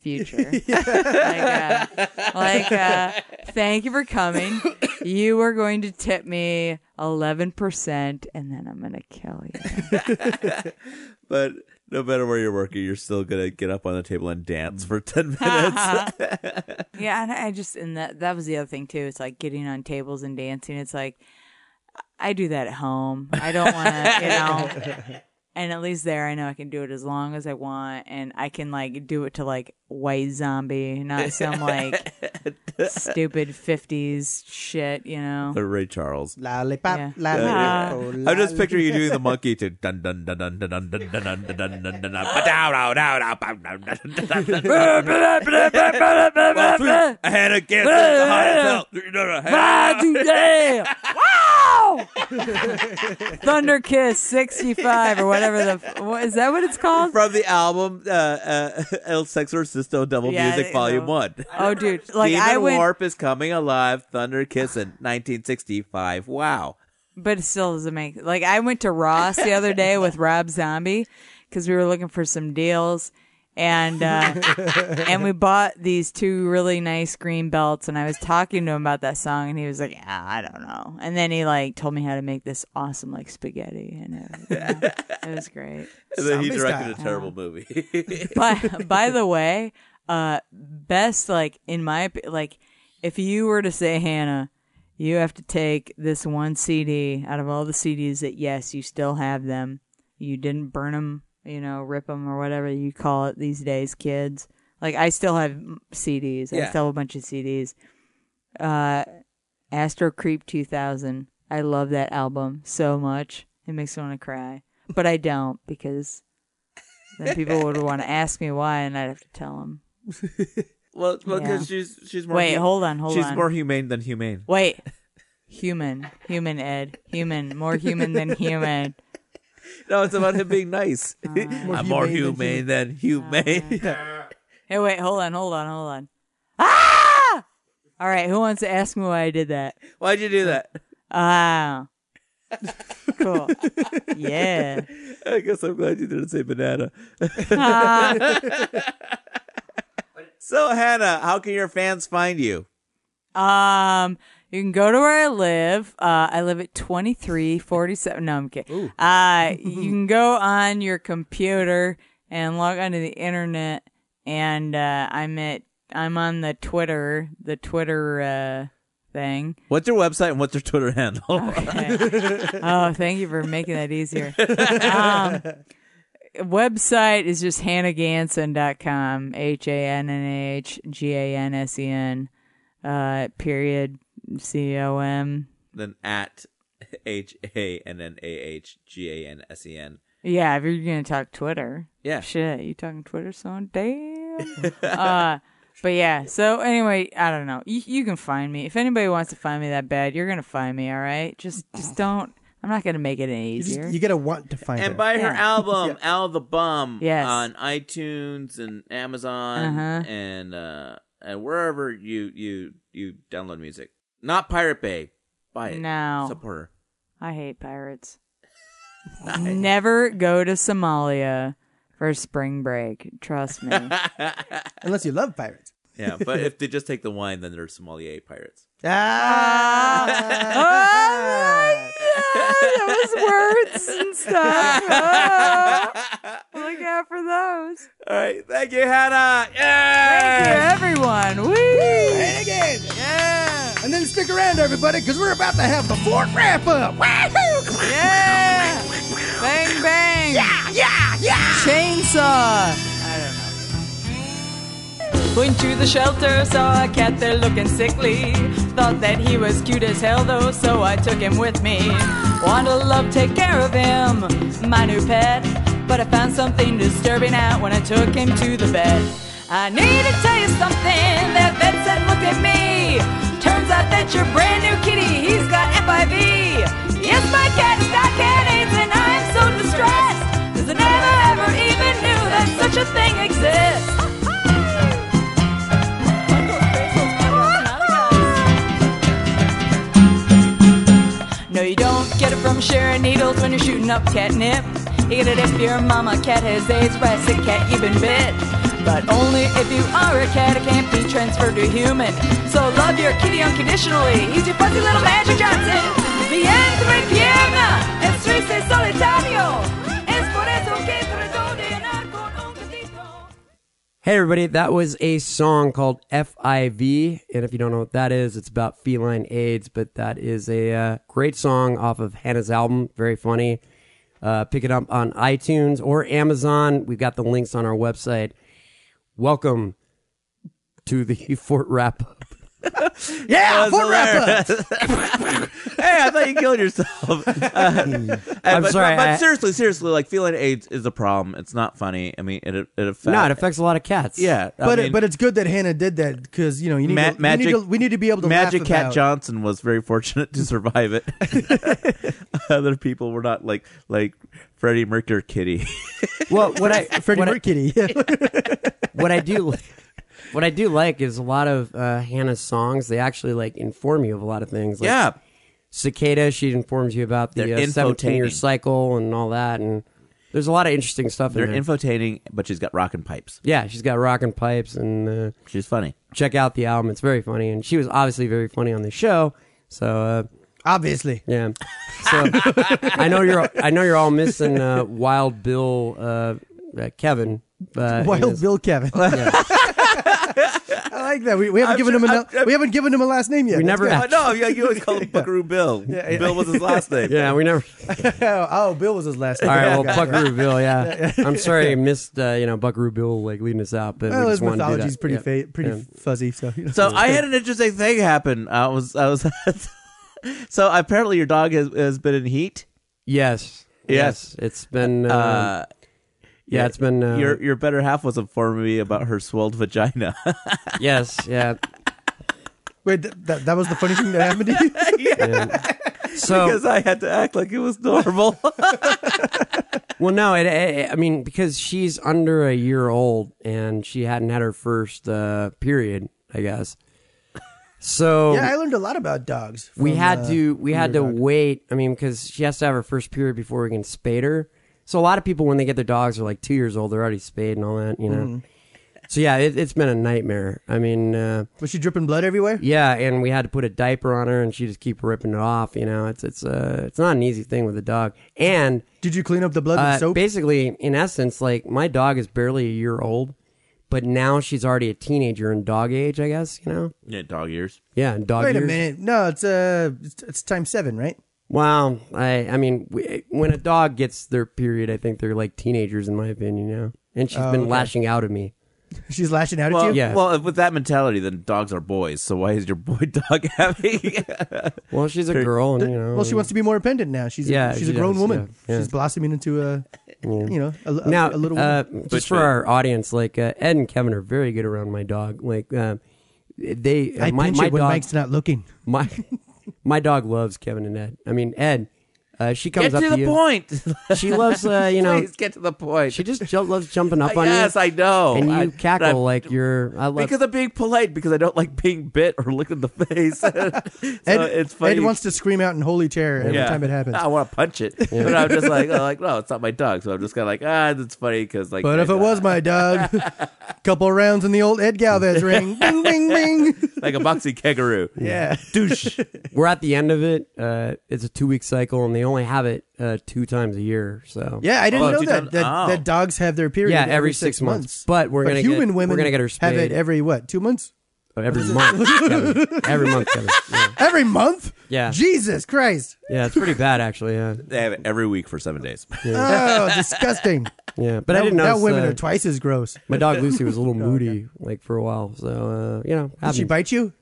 Speaker 8: future. like, uh, like uh, thank you for coming. You are going to tip me eleven percent, and then I'm gonna kill you.
Speaker 1: but no matter where you're working, you're still gonna get up on the table and dance for ten minutes.
Speaker 8: Yeah, and I just and that that was the other thing too. It's like getting on tables and dancing. It's like I do that at home. I don't want to, you know. And at least there, I know I can do it as long as I want, and I can like do it to like white zombie, not some like stupid fifties shit, you know.
Speaker 1: Or Ray Charles.
Speaker 2: Lollipop,
Speaker 8: Yeah.
Speaker 2: lollipop.
Speaker 1: I'm just picturing you doing the monkey to dun dun dun dun dun dun dun dun dun dun dun dun dun dun I had a cancer. It's hot as hell. No, no,
Speaker 8: Ah,
Speaker 1: hey.
Speaker 8: dude, yeah! Wow! Thunder Kiss 65 or whatever the. f- What, is that what it's called?
Speaker 1: From the album uh, uh, El Sexorcisto Double
Speaker 8: Yeah,
Speaker 1: Music
Speaker 8: I
Speaker 1: Volume
Speaker 8: know.
Speaker 1: One.
Speaker 8: Oh, dude. Like,
Speaker 1: Demon
Speaker 8: I went.
Speaker 1: Warp is coming alive. Thunder Kissing, 1965. Wow.
Speaker 8: but it still doesn't make like I went to Ross the other day with Rob Zombie because we were looking for some deals, and uh, and we bought these two really nice green belts. And I was talking to him about that song, and he was like, "Yeah, I don't know." And then he like told me how to make this awesome like spaghetti, and it, yeah, it was great.
Speaker 1: And then he
Speaker 2: Zombie
Speaker 1: directed
Speaker 8: style.
Speaker 1: a terrible movie.
Speaker 8: But by the way, uh, best like in my opi- like, if you were to say Hannah, you have to take this one CD out of all the CDs that yes, you still have them. You didn't burn them, you know, rip them or whatever you call it these days, kids. Like I still have mm, CDs. I
Speaker 1: Yeah.
Speaker 8: still have a bunch of CDs. Uh, Astro Creep 2000. I love that album so much. It makes me want to cry, but I don't because then people would want to ask me why, and I'd have to tell them.
Speaker 1: well,
Speaker 8: Yeah.
Speaker 1: because she's she's more
Speaker 8: Wait,
Speaker 1: hu-
Speaker 8: hold on, hold
Speaker 1: she's
Speaker 8: on.
Speaker 1: more humane than humane.
Speaker 8: Wait, human, human, Ed, human, more human than human.
Speaker 1: No, it's about him being nice.
Speaker 8: Uh,
Speaker 1: I'm more humane than humane.
Speaker 8: Hey, wait, hold on, hold on, hold on. Ah! All right, who wants to ask me why I did that?
Speaker 1: Why'd you do that?
Speaker 8: Ah, cool. Yeah.
Speaker 1: I guess I'm glad you didn't say banana.
Speaker 8: Ah.
Speaker 1: So Hannah, how can your fans find you?
Speaker 8: Um, you can go to where I live. Uh, I live at 2347. No, I'm kidding. Uh, you can go on your computer and log onto the internet. And, uh, I'm at, I'm on the Twitter, the Twitter, uh, thing.
Speaker 1: What's your website and what's your Twitter handle?
Speaker 8: oh, thank you for making that easier. Um, website is just hannahganson.com, H A N N A H G A N S E N, uh, period, C O M.
Speaker 1: then at H A N N A H G A N S E N.
Speaker 8: Yeah, if you're going to talk Twitter.
Speaker 1: Yeah.
Speaker 8: Shit, you talking Twitter so damn. uh, but yeah, so anyway, I don't know. You, you can find me. If anybody wants to find me that bad, you're going to find me, all right? Just just don't. I'm not going to make it any
Speaker 2: You, just-
Speaker 8: easier.
Speaker 2: you gotta want to find
Speaker 1: And
Speaker 2: her.
Speaker 1: buy her
Speaker 8: Yeah.
Speaker 1: album, Al the Bum,
Speaker 8: Yes.
Speaker 1: on iTunes and Amazon
Speaker 8: Uh-huh.
Speaker 1: and uh, and wherever you you you download music. Not Pirate Bay. Buy it.
Speaker 8: No.
Speaker 1: Support her.
Speaker 8: I hate pirates. Never go to Somalia for spring break. Trust me.
Speaker 2: unless you love pirates.
Speaker 1: Yeah, but if they just take the wine, then they're sommelier pirates.
Speaker 8: Uh, Oh
Speaker 2: Ah!
Speaker 8: that was words and stuff. Oh, look out for those.
Speaker 1: All right, thank you, Hannah.
Speaker 8: Thank
Speaker 1: Yeah.
Speaker 8: you, everyone. Whee!
Speaker 2: and again. And then stick around, everybody, because we're about to have the Fort wrap up. Wahoo!
Speaker 8: Yeah! Bang, bang! Yeah, yeah, yeah! Chainsaw! I don't know. Went to the shelter, saw a cat there looking sickly. Thought that he was cute as hell though, so I took him with me. Want to love, take care of him, my new pet. But I found something disturbing out when I took him to the vet. I need to tell you something, that vet said, look at me. Turns out that your brand new kitty, he's got FIV. Yes, my cat's got cat AIDS and I'm so distressed. Cause I never ever even knew that such a thing exists. No, you don't get it from sharing needles when you're shooting up catnip. You get it if your mama cat has AIDS by a sick cat you've been bit. But only if you are a cat, it can't be transferred to human. So love your kitty unconditionally. He's your fuzzy little Magic Johnson. Bien, tu me pierna. Es triste solitario. Es por eso que trato de llenar con un gatito.
Speaker 3: Hey, everybody, that was a song called FIV. And if you don't know what that is, it's about feline AIDS, but that is a uh, great song off of Hannah's album. Very funny. Uh, pick it up on iTunes or Amazon. We've got the links on our website. Welcome to the Fort Wrap Up.
Speaker 2: Yeah, Fort wrap up.
Speaker 1: hey, I thought you killed yourself. Uh,
Speaker 3: I'm
Speaker 1: but,
Speaker 3: sorry.
Speaker 1: But, but
Speaker 3: I-
Speaker 1: seriously, seriously, like feeling AIDS is a problem. It's not funny. I mean, it it affects.
Speaker 3: no, it affects a lot of cats.
Speaker 1: yeah, I
Speaker 2: But
Speaker 1: mean,
Speaker 2: it, but it's good that Hannah did that because you know you need,
Speaker 1: Ma-
Speaker 2: to,
Speaker 1: magic.
Speaker 2: you need to we need to be able to
Speaker 1: Magic
Speaker 2: laugh
Speaker 1: Cat
Speaker 2: about.
Speaker 1: Johnson was very fortunate to survive it. Other people were not like like Freddie Mercury kitty.
Speaker 3: Well, what I
Speaker 2: Freddie
Speaker 3: what I-
Speaker 2: Mercury.
Speaker 3: what I do li- what I do like is a lot of uh, Hannah's songs. They actually like inform you of a lot of things. Like
Speaker 1: yeah,
Speaker 3: Cicada, she informs you about the
Speaker 1: They're
Speaker 3: uh, seventeen year
Speaker 1: infotaining.
Speaker 3: cycle and all that, and There's a lot of interesting stuff in
Speaker 1: They're
Speaker 3: there.
Speaker 1: infotaining, but she's got rockin' pipes.
Speaker 3: yeah, she's got rockin' pipes and. Uh,
Speaker 1: She's funny.
Speaker 3: check out the album. It's very funny, and she was obviously very funny on the show. So uh,
Speaker 2: Obviously.
Speaker 3: yeah, so I know you're I know you're all missing uh, Wild Bill uh, uh, Kevin. Uh, in
Speaker 2: Wild
Speaker 3: this-
Speaker 2: Bill Kevin. I like that. We, we haven't given him a we haven't given him a last name yet.
Speaker 3: We
Speaker 2: That's
Speaker 3: never-
Speaker 2: good.
Speaker 1: Oh, no, yeah, you always call him Buckaroo Bill. Bill was his last name.
Speaker 3: Yeah, we never.
Speaker 2: Oh, oh, Bill was his last name.
Speaker 3: All right, well,
Speaker 2: Okay.
Speaker 3: Buckaroo Bill. Yeah, I'm sorry I missed uh, you know Buckaroo Bill like leading us out, but
Speaker 2: Well,
Speaker 3: we
Speaker 2: his
Speaker 3: just wanted to do
Speaker 2: mythology's
Speaker 3: that.
Speaker 2: pretty
Speaker 3: Yeah.
Speaker 2: fa- pretty
Speaker 3: Yeah.
Speaker 2: fuzzy. So, you know.
Speaker 1: So I had an interesting thing happen. I was, I was. so apparently, your dog has, has been in heat.
Speaker 3: Yes, yes, it's been. Uh,
Speaker 1: Uh,
Speaker 3: yeah, it's been. Uh,
Speaker 1: your your better half was informing me about her swelled vagina.
Speaker 3: yes, yeah.
Speaker 2: wait, th- that that was the funny thing that happened to you.
Speaker 3: So
Speaker 1: because I had to act like it was normal.
Speaker 3: Well, no, it, it, I mean because she's under a year old and she hadn't had her first uh, period, I guess. So
Speaker 2: yeah, I learned a lot about dogs.
Speaker 3: we
Speaker 2: from,
Speaker 3: had
Speaker 2: uh,
Speaker 3: to we had to wait. I mean because she has to have her first period before we can spade her. So a lot of people when they get their dogs are like two years old, they're already spayed and all that, you know. So yeah, it, it's been a nightmare. I mean, uh,
Speaker 2: Was she dripping blood everywhere?
Speaker 3: yeah, and we had to put a diaper on her, and she just keep ripping it off. You know, it's it's uh, it's not an easy thing with a dog, and
Speaker 2: Did you clean up the blood
Speaker 3: uh,
Speaker 2: with soap?
Speaker 3: basically, in essence, like my dog is barely a year old, but now she's already a teenager in dog age, I guess, you know?
Speaker 1: yeah, dog ears.
Speaker 3: Yeah, in dog
Speaker 2: Wait a
Speaker 3: years.
Speaker 2: minute. No, it's uh, it's, it's time seven, right?
Speaker 3: Wow. I, I mean, we, when a dog gets their period, I think they're like teenagers, in my opinion, you know? And she's
Speaker 2: Oh,
Speaker 3: been lashing out at me.
Speaker 2: She's lashing out at
Speaker 1: Well,
Speaker 2: you.
Speaker 3: Yeah.
Speaker 1: well, with that mentality, then dogs are boys. So why is your boy dog happy?
Speaker 3: Well, she's a girl, and, you know.
Speaker 2: Well, she wants to be more independent now. She's
Speaker 3: Yeah,
Speaker 2: a, she's
Speaker 3: she
Speaker 2: a grown
Speaker 3: does,
Speaker 2: woman.
Speaker 3: yeah, yeah.
Speaker 2: She's blossoming into a, you know, a, a-
Speaker 3: now,
Speaker 2: a little.
Speaker 3: uh,
Speaker 2: woman.
Speaker 3: just for our audience, like uh, Ed and Kevin are very good around my dog. Like, uh, they, uh,
Speaker 2: I
Speaker 3: my,
Speaker 2: pinch
Speaker 3: my
Speaker 2: it when
Speaker 3: dog,
Speaker 2: Mike's not looking.
Speaker 3: my, my dog loves Kevin and Ed. I mean, Ed, uh, she comes
Speaker 1: get
Speaker 3: up
Speaker 1: to the
Speaker 3: you.
Speaker 1: point.
Speaker 3: She loves, uh, you know,
Speaker 1: Please get to the point.
Speaker 3: she just ju- loves jumping up on
Speaker 1: yes,
Speaker 3: you.
Speaker 1: I know.
Speaker 3: and you
Speaker 1: I-
Speaker 3: cackle
Speaker 1: I'm-
Speaker 3: like you're. I love.
Speaker 1: because I'm being polite because I don't like being bit or looked in the face. so
Speaker 2: Ed,
Speaker 1: it's funny.
Speaker 2: Ed wants to scream out in holy terror every
Speaker 1: Yeah.
Speaker 2: time it happens.
Speaker 1: I want to punch it, but I'm just like, oh, like no, it's not my dog. So I'm just kind of like, ah, it's funny because like.
Speaker 2: But if it
Speaker 1: uh,
Speaker 2: was my dog, couple rounds in the old Ed Galvez ring, bing, bing, bing.
Speaker 1: like a boxy kangaroo,
Speaker 2: Yeah,
Speaker 1: douche.
Speaker 3: we're at the end of it. Uh, it's a two week cycle, and they only have it uh, two times a year. So
Speaker 2: yeah. I didn't
Speaker 1: Oh,
Speaker 2: know
Speaker 1: two
Speaker 2: that
Speaker 1: times-
Speaker 2: that,
Speaker 1: oh.
Speaker 2: that dogs have their period.
Speaker 3: Yeah, every six months. But we're gonna get-
Speaker 2: human women
Speaker 3: we're gonna get her
Speaker 2: have
Speaker 3: spayed.
Speaker 2: it every what two months?
Speaker 3: every month, Kevin. every month, Kevin. Yeah.
Speaker 2: Every month?
Speaker 3: Yeah.
Speaker 2: Jesus Christ!
Speaker 3: yeah, it's pretty bad actually. Yeah,
Speaker 1: They have it every week for seven days.
Speaker 2: Oh, disgusting.
Speaker 3: yeah. But I
Speaker 2: now,
Speaker 3: didn't know
Speaker 2: now women
Speaker 3: uh,
Speaker 2: are twice as gross.
Speaker 3: my dog Lucy was a little moody like for a while, so uh, you know.
Speaker 2: Oh, Did she
Speaker 3: happens.
Speaker 2: bite you?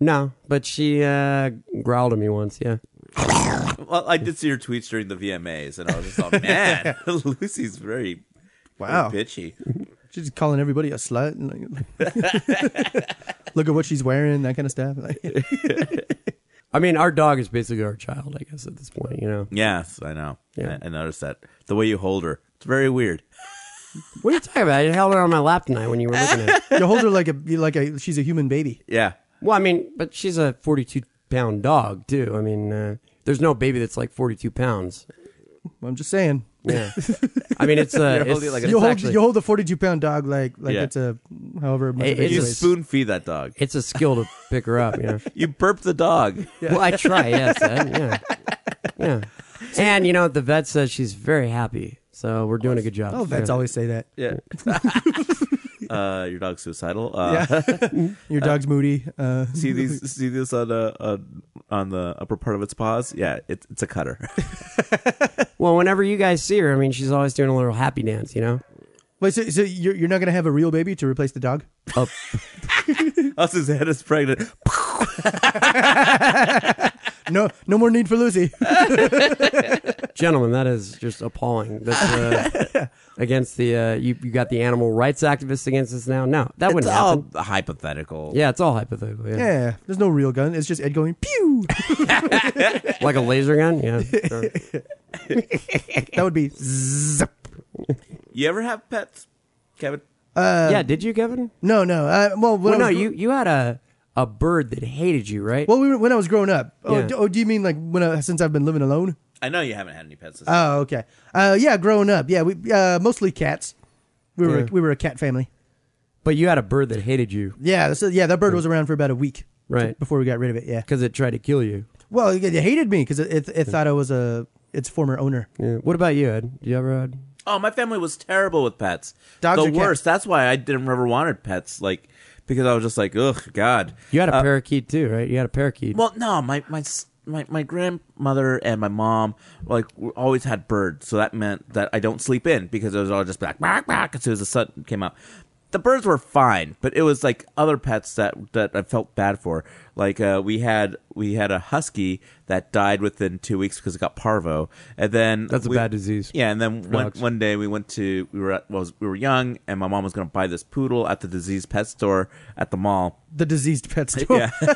Speaker 3: No, but she uh, growled at me once. Yeah,
Speaker 1: well, I did see your tweets during the VMAs, and I was just like, man, Lucy's very
Speaker 2: Wow.
Speaker 1: bitchy.
Speaker 2: She's just calling everybody a slut. And like, look at what she's wearing, that kind of stuff. Like,
Speaker 3: I mean, our dog is basically our child, I guess, at this point. You know.
Speaker 1: Yes, I know.
Speaker 3: Yeah.
Speaker 1: I, I noticed that the way you hold her, it's very weird.
Speaker 3: What are you talking about? I held her on my lap tonight when you were looking at. It.
Speaker 2: you hold her like a like a she's a human baby.
Speaker 1: Yeah,
Speaker 3: Well, I mean, but she's a forty-two pound dog too. I mean, uh, there's no baby that's like forty-two pounds.
Speaker 2: I'm just saying.
Speaker 3: Yeah, I mean, it's a.
Speaker 1: holding
Speaker 3: it's,
Speaker 1: it like
Speaker 3: it's
Speaker 2: You hold
Speaker 3: actually-
Speaker 2: you hold a 42 pound dog like like
Speaker 1: Yeah.
Speaker 2: it's a however much
Speaker 3: Hey,
Speaker 2: a baby
Speaker 1: you
Speaker 3: it's
Speaker 2: weighs.
Speaker 1: spoon feed that dog.
Speaker 3: it's a skill to pick her up. You know.
Speaker 1: You burp the dog.
Speaker 3: Well, I try. Yes. I, yeah. Yeah. And you know, the vet says she's very happy, so we're doing a good job.
Speaker 2: Oh, vets
Speaker 3: yeah.
Speaker 2: always say that.
Speaker 1: Yeah. uh, your dog's suicidal. Uh,
Speaker 2: Your dog's moody. Uh,
Speaker 1: See these? See this on uh, uh, on the upper part of its paws? Yeah, it's it's a cutter.
Speaker 3: Well, whenever you guys see her, I mean, she's always doing a little happy dance. You know.
Speaker 2: wait, so, so you're, you're not gonna have a real baby to replace the dog?
Speaker 1: oh, Susanna's pregnant.
Speaker 2: No, no more need for Lucy.
Speaker 3: gentlemen, that is just appalling. That's uh, against the uh, you. You got the animal rights activists against us now. No, that
Speaker 1: It's
Speaker 3: wouldn't
Speaker 1: all
Speaker 3: happen.
Speaker 1: hypothetical.
Speaker 3: Yeah, it's all hypothetical. Yeah.
Speaker 2: yeah, there's no real gun. It's just Ed going pew.
Speaker 3: like a laser gun. Yeah, sure.
Speaker 2: That would be zip.
Speaker 1: You ever have pets, Kevin?
Speaker 3: yeah. Did you, Kevin?
Speaker 2: No, no. Uh, well, when
Speaker 3: Well,
Speaker 2: I
Speaker 3: no,
Speaker 2: was
Speaker 3: you you had a a bird that hated you, right?
Speaker 2: Well, we, were- when I was growing up. Oh,
Speaker 3: Yeah.
Speaker 2: d- oh, do you mean like when I, since I've been living alone?
Speaker 1: I know you haven't had any pets. This
Speaker 2: Oh, okay. Uh, yeah, growing up, yeah, we uh, mostly cats. We were
Speaker 3: Yeah.
Speaker 2: we were a cat family.
Speaker 3: But you had a bird that hated you
Speaker 2: Yeah, so, yeah, that bird was around for about a week,
Speaker 3: Right.
Speaker 2: before we got rid of it. Yeah.
Speaker 3: because it tried to kill you.
Speaker 2: Well, it, it hated me because it, it, it thought I was a its former owner.
Speaker 3: Yeah. What about you, Ed? Do you ever had?
Speaker 1: Oh, my family was terrible with pets.
Speaker 2: Dogs
Speaker 1: the
Speaker 2: or cats?
Speaker 1: worst. That's why I didn't ever wanted pets. Like because I was just like, ugh, God.
Speaker 3: You had a
Speaker 1: Uh,
Speaker 3: parakeet too, right? You had a parakeet.
Speaker 1: Well, no, my my s- my my grandmother and my mom like w- always had birds, so that meant that I don't sleep in because it was all just like bark bark as soon as the sun came out. The birds were fine, but it was like other pets that that I felt bad for. Like uh, we had we had a husky that died within two weeks because it got parvo, and then
Speaker 3: That's a
Speaker 1: we-
Speaker 3: bad disease.
Speaker 1: Yeah, and then one,
Speaker 3: dogs.
Speaker 1: one day we went to we were at, was we were young, and my mom was going to buy this poodle at the diseased pet store at the mall.
Speaker 2: The diseased pet store.
Speaker 1: Yeah.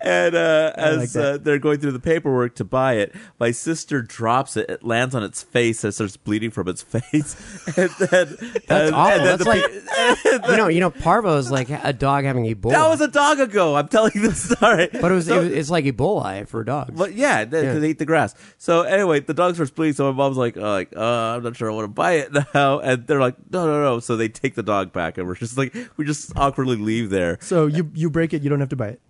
Speaker 1: And uh, as
Speaker 2: like that.
Speaker 1: uh, they're going through the paperwork to buy it, my sister drops it. It lands on its face. It starts bleeding from its face. and then,
Speaker 3: That's
Speaker 1: uh, and,
Speaker 3: awful.
Speaker 1: and then
Speaker 3: That's
Speaker 1: the
Speaker 3: like
Speaker 1: pe-
Speaker 3: you know, you know, parvo is like a dog having Ebola.
Speaker 1: that was a dog ago. I'm telling you the story.
Speaker 3: but it was,
Speaker 1: So-
Speaker 3: it was it's like Ebola for dogs.
Speaker 1: But yeah, they, 'cause they eat the grass. So anyway, the dogs were bleeding. So my mom's like, uh, like, uh, I'm not sure I want to buy it now. And they're like, no, no, no. So they take the dog back, and we're just like, we just awkwardly leave there.
Speaker 2: So you you break it, you don't have to buy it.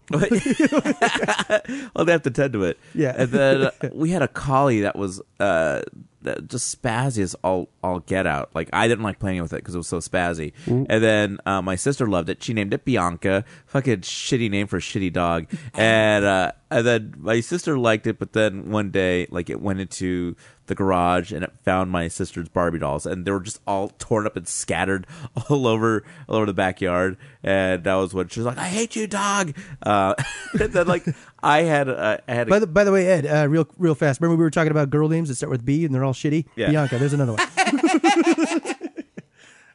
Speaker 1: well, they have to tend to it.
Speaker 2: Yeah.
Speaker 1: And then uh, we had a collie that was uh, that just spazziest all all get out. Like I didn't like playing with it because it was so spazzy. And then uh, my sister loved it. She named it Bianca. Fucking shitty name for a shitty dog. And uh, and then my sister liked it, but then one day, like it went into the garage and it found my sister's Barbie dolls, and they were just all torn up and scattered all over all over the backyard. And that was when she was like, "I hate you, dog." Uh, and then like I had uh, I had a
Speaker 2: By the, by the way, Ed, uh, real real fast. Remember we were talking about girl names that start with B and they're all shitty.
Speaker 1: Yeah.
Speaker 2: Bianca, there's another one. all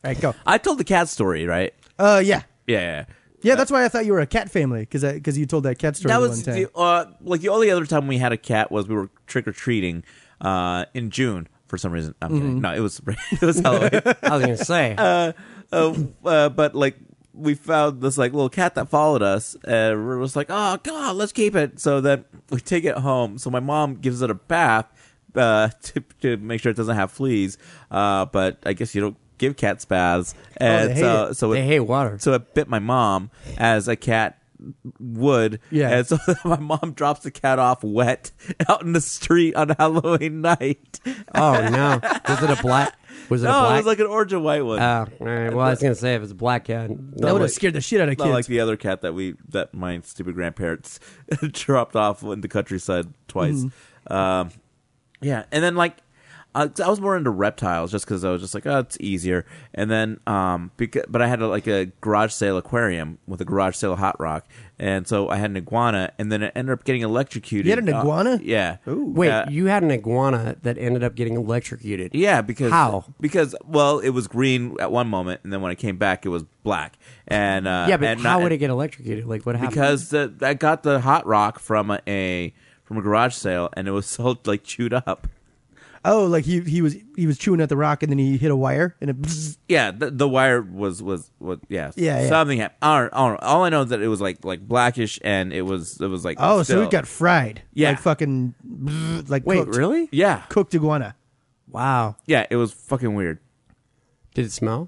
Speaker 2: right, go.
Speaker 1: I told the cat story, right?
Speaker 2: Uh, yeah,
Speaker 1: Yeah, yeah.
Speaker 2: yeah. That's why I thought you were a cat family because because you told that cat story
Speaker 1: That
Speaker 2: the
Speaker 1: was
Speaker 2: one time.
Speaker 1: the, uh, like the only other time we had a cat was we were trick or treating uh, in June for some reason. I'm
Speaker 3: Mm-hmm.
Speaker 1: kidding. No, it was it was Halloween.
Speaker 3: I was gonna say
Speaker 1: uh, uh, but like we found this like little cat that followed us and we was like oh god let's keep it so then we take it home so my mom gives it a bath uh, to, to make sure it doesn't have fleas uh, but i guess you don't give cats baths and
Speaker 2: hate
Speaker 1: so
Speaker 2: it.
Speaker 1: so
Speaker 3: Oh, they
Speaker 1: it,
Speaker 3: hate water.
Speaker 1: so it bit my mom as a cat would.
Speaker 2: Yeah.
Speaker 1: And so my mom drops the cat off wet out in the street on Halloween night.
Speaker 3: oh no, was it a black? Was it a
Speaker 1: No,
Speaker 3: black?
Speaker 1: it was like an orange and white one.
Speaker 3: oh, all right. Well, I was gonna say if it's a black cat,
Speaker 2: that would
Speaker 3: like-
Speaker 2: have scared the shit out of
Speaker 1: Not
Speaker 2: kids.
Speaker 1: like the other cat that we that my stupid grandparents dropped off in the countryside twice.
Speaker 3: Mm-hmm.
Speaker 1: Um, yeah, and then like uh, 'cause I was more into reptiles just because I was just like, oh, it's easier. And then um, because but I had a, like a garage sale aquarium with a garage sale hot rock, and so I had an iguana, and then it ended up getting electrocuted.
Speaker 2: You had an
Speaker 1: Uh,
Speaker 2: iguana?
Speaker 1: yeah.
Speaker 3: Wait,
Speaker 1: Uh,
Speaker 3: you had an iguana that ended up getting electrocuted.
Speaker 1: yeah, because
Speaker 3: How?
Speaker 1: Because well, it was green at one moment, and then when I came back, it was black. And uh,
Speaker 3: Yeah, but
Speaker 1: and
Speaker 3: how
Speaker 1: not-
Speaker 3: would it get electrocuted? Like what happened?
Speaker 1: because the, I got the hot rock from a, a from a garage sale, and it was so like chewed up.
Speaker 2: oh, like he he was he was chewing at the rock and then he hit a wire and it. bzzz.
Speaker 1: Yeah, the, the wire was was was yeah
Speaker 2: Yeah, yeah.
Speaker 1: something happened. I don't, I don't know. All I know is that it was like like blackish, and it was it was like
Speaker 2: Oh, so
Speaker 1: still-
Speaker 2: it got fried.
Speaker 1: Yeah.
Speaker 2: like fucking bzzz, like
Speaker 3: wait,
Speaker 2: cooked.
Speaker 3: really?
Speaker 1: yeah
Speaker 2: cooked iguana.
Speaker 3: Wow.
Speaker 1: yeah it was fucking weird.
Speaker 3: Did it smell?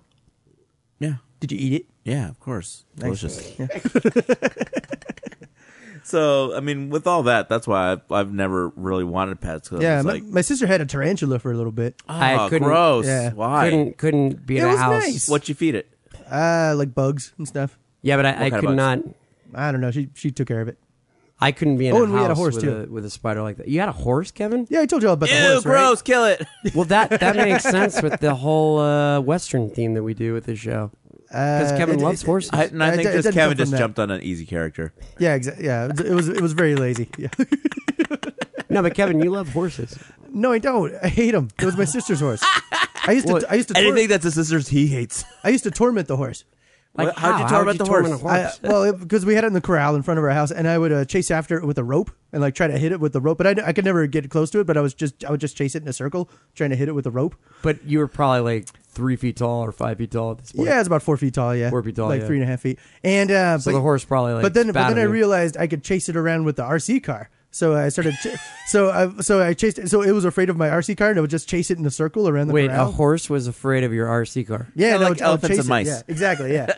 Speaker 1: Yeah,
Speaker 2: Did you eat it?
Speaker 1: yeah, of course, delicious. so I mean, with all that, that's why I've, I've never really wanted pets. 'cause
Speaker 2: Yeah,
Speaker 1: it's
Speaker 2: my,
Speaker 1: like,
Speaker 2: my sister had a tarantula for a little bit.
Speaker 1: oh,
Speaker 3: I couldn't.
Speaker 1: gross.
Speaker 2: yeah.
Speaker 1: Why?
Speaker 3: Couldn't couldn't be in
Speaker 2: It
Speaker 3: a
Speaker 2: was
Speaker 3: house.
Speaker 2: nice.
Speaker 1: What you feed it?
Speaker 2: Uh, like bugs and stuff.
Speaker 3: Yeah, but I, I
Speaker 1: kind of bugs?
Speaker 3: could not.
Speaker 2: I don't know. She she took care of it.
Speaker 3: I couldn't be in
Speaker 2: Oh,
Speaker 3: a
Speaker 2: and we had a
Speaker 3: house
Speaker 2: horse,
Speaker 3: with,
Speaker 2: too.
Speaker 3: A, with a spider like that. You had a horse, Kevin?
Speaker 2: Yeah, I told you all about the
Speaker 1: Ew,
Speaker 2: horse. right?
Speaker 1: gross! Kill it.
Speaker 3: Well, that that makes sense with the whole uh, Western theme that we do with this show. Because
Speaker 2: Uh,
Speaker 3: Kevin
Speaker 2: it-
Speaker 3: loves
Speaker 2: it-
Speaker 3: horses.
Speaker 1: I, and I
Speaker 2: It-
Speaker 1: think
Speaker 2: it
Speaker 1: just
Speaker 2: didn't
Speaker 1: Kevin
Speaker 2: come from
Speaker 1: just
Speaker 2: that.
Speaker 1: jumped on an easy character.
Speaker 2: Yeah, exactly. Yeah, it was- it was it was very lazy. Yeah.
Speaker 3: no, but Kevin, you love horses.
Speaker 2: No, I don't. I hate him. It was my sister's horse. I used to
Speaker 3: Well,
Speaker 2: I used to tor-
Speaker 1: Anything that's his sister's, he hates.
Speaker 2: I used to torment the horse.
Speaker 3: Like,
Speaker 1: Well, how'd you
Speaker 3: how?
Speaker 1: torment
Speaker 3: How'd
Speaker 1: the
Speaker 3: you torment
Speaker 1: horse?
Speaker 3: a
Speaker 2: I, well, because we had it in the corral in front of our house, and I would uh, chase after it with a rope and like try to hit it with the rope, but I, I could never get close to it. But I was just I would just chase it in a circle, trying to hit it with a rope.
Speaker 3: But you were probably like three feet tall or five feet tall at this point.
Speaker 2: Yeah, it's about four feet tall. Yeah,
Speaker 3: Four feet tall,
Speaker 2: like
Speaker 3: yeah.
Speaker 2: three and a half feet. And uh,
Speaker 3: So
Speaker 2: but,
Speaker 3: the horse probably like.
Speaker 2: but then but
Speaker 3: spat
Speaker 2: then
Speaker 3: at
Speaker 2: I
Speaker 3: you.
Speaker 2: realized I could chase it around with the RC car. So I started. Ch- so I so I chased. So it was afraid of my RC car, and I would just chase it in a circle around the
Speaker 3: Wait,
Speaker 2: corral.
Speaker 3: a horse was afraid of your RC car.
Speaker 2: Yeah,
Speaker 1: Yeah,
Speaker 2: and I
Speaker 1: like
Speaker 2: would- I would
Speaker 1: elephants
Speaker 2: chase
Speaker 1: and
Speaker 2: it.
Speaker 1: mice.
Speaker 2: Yeah, exactly. Yeah,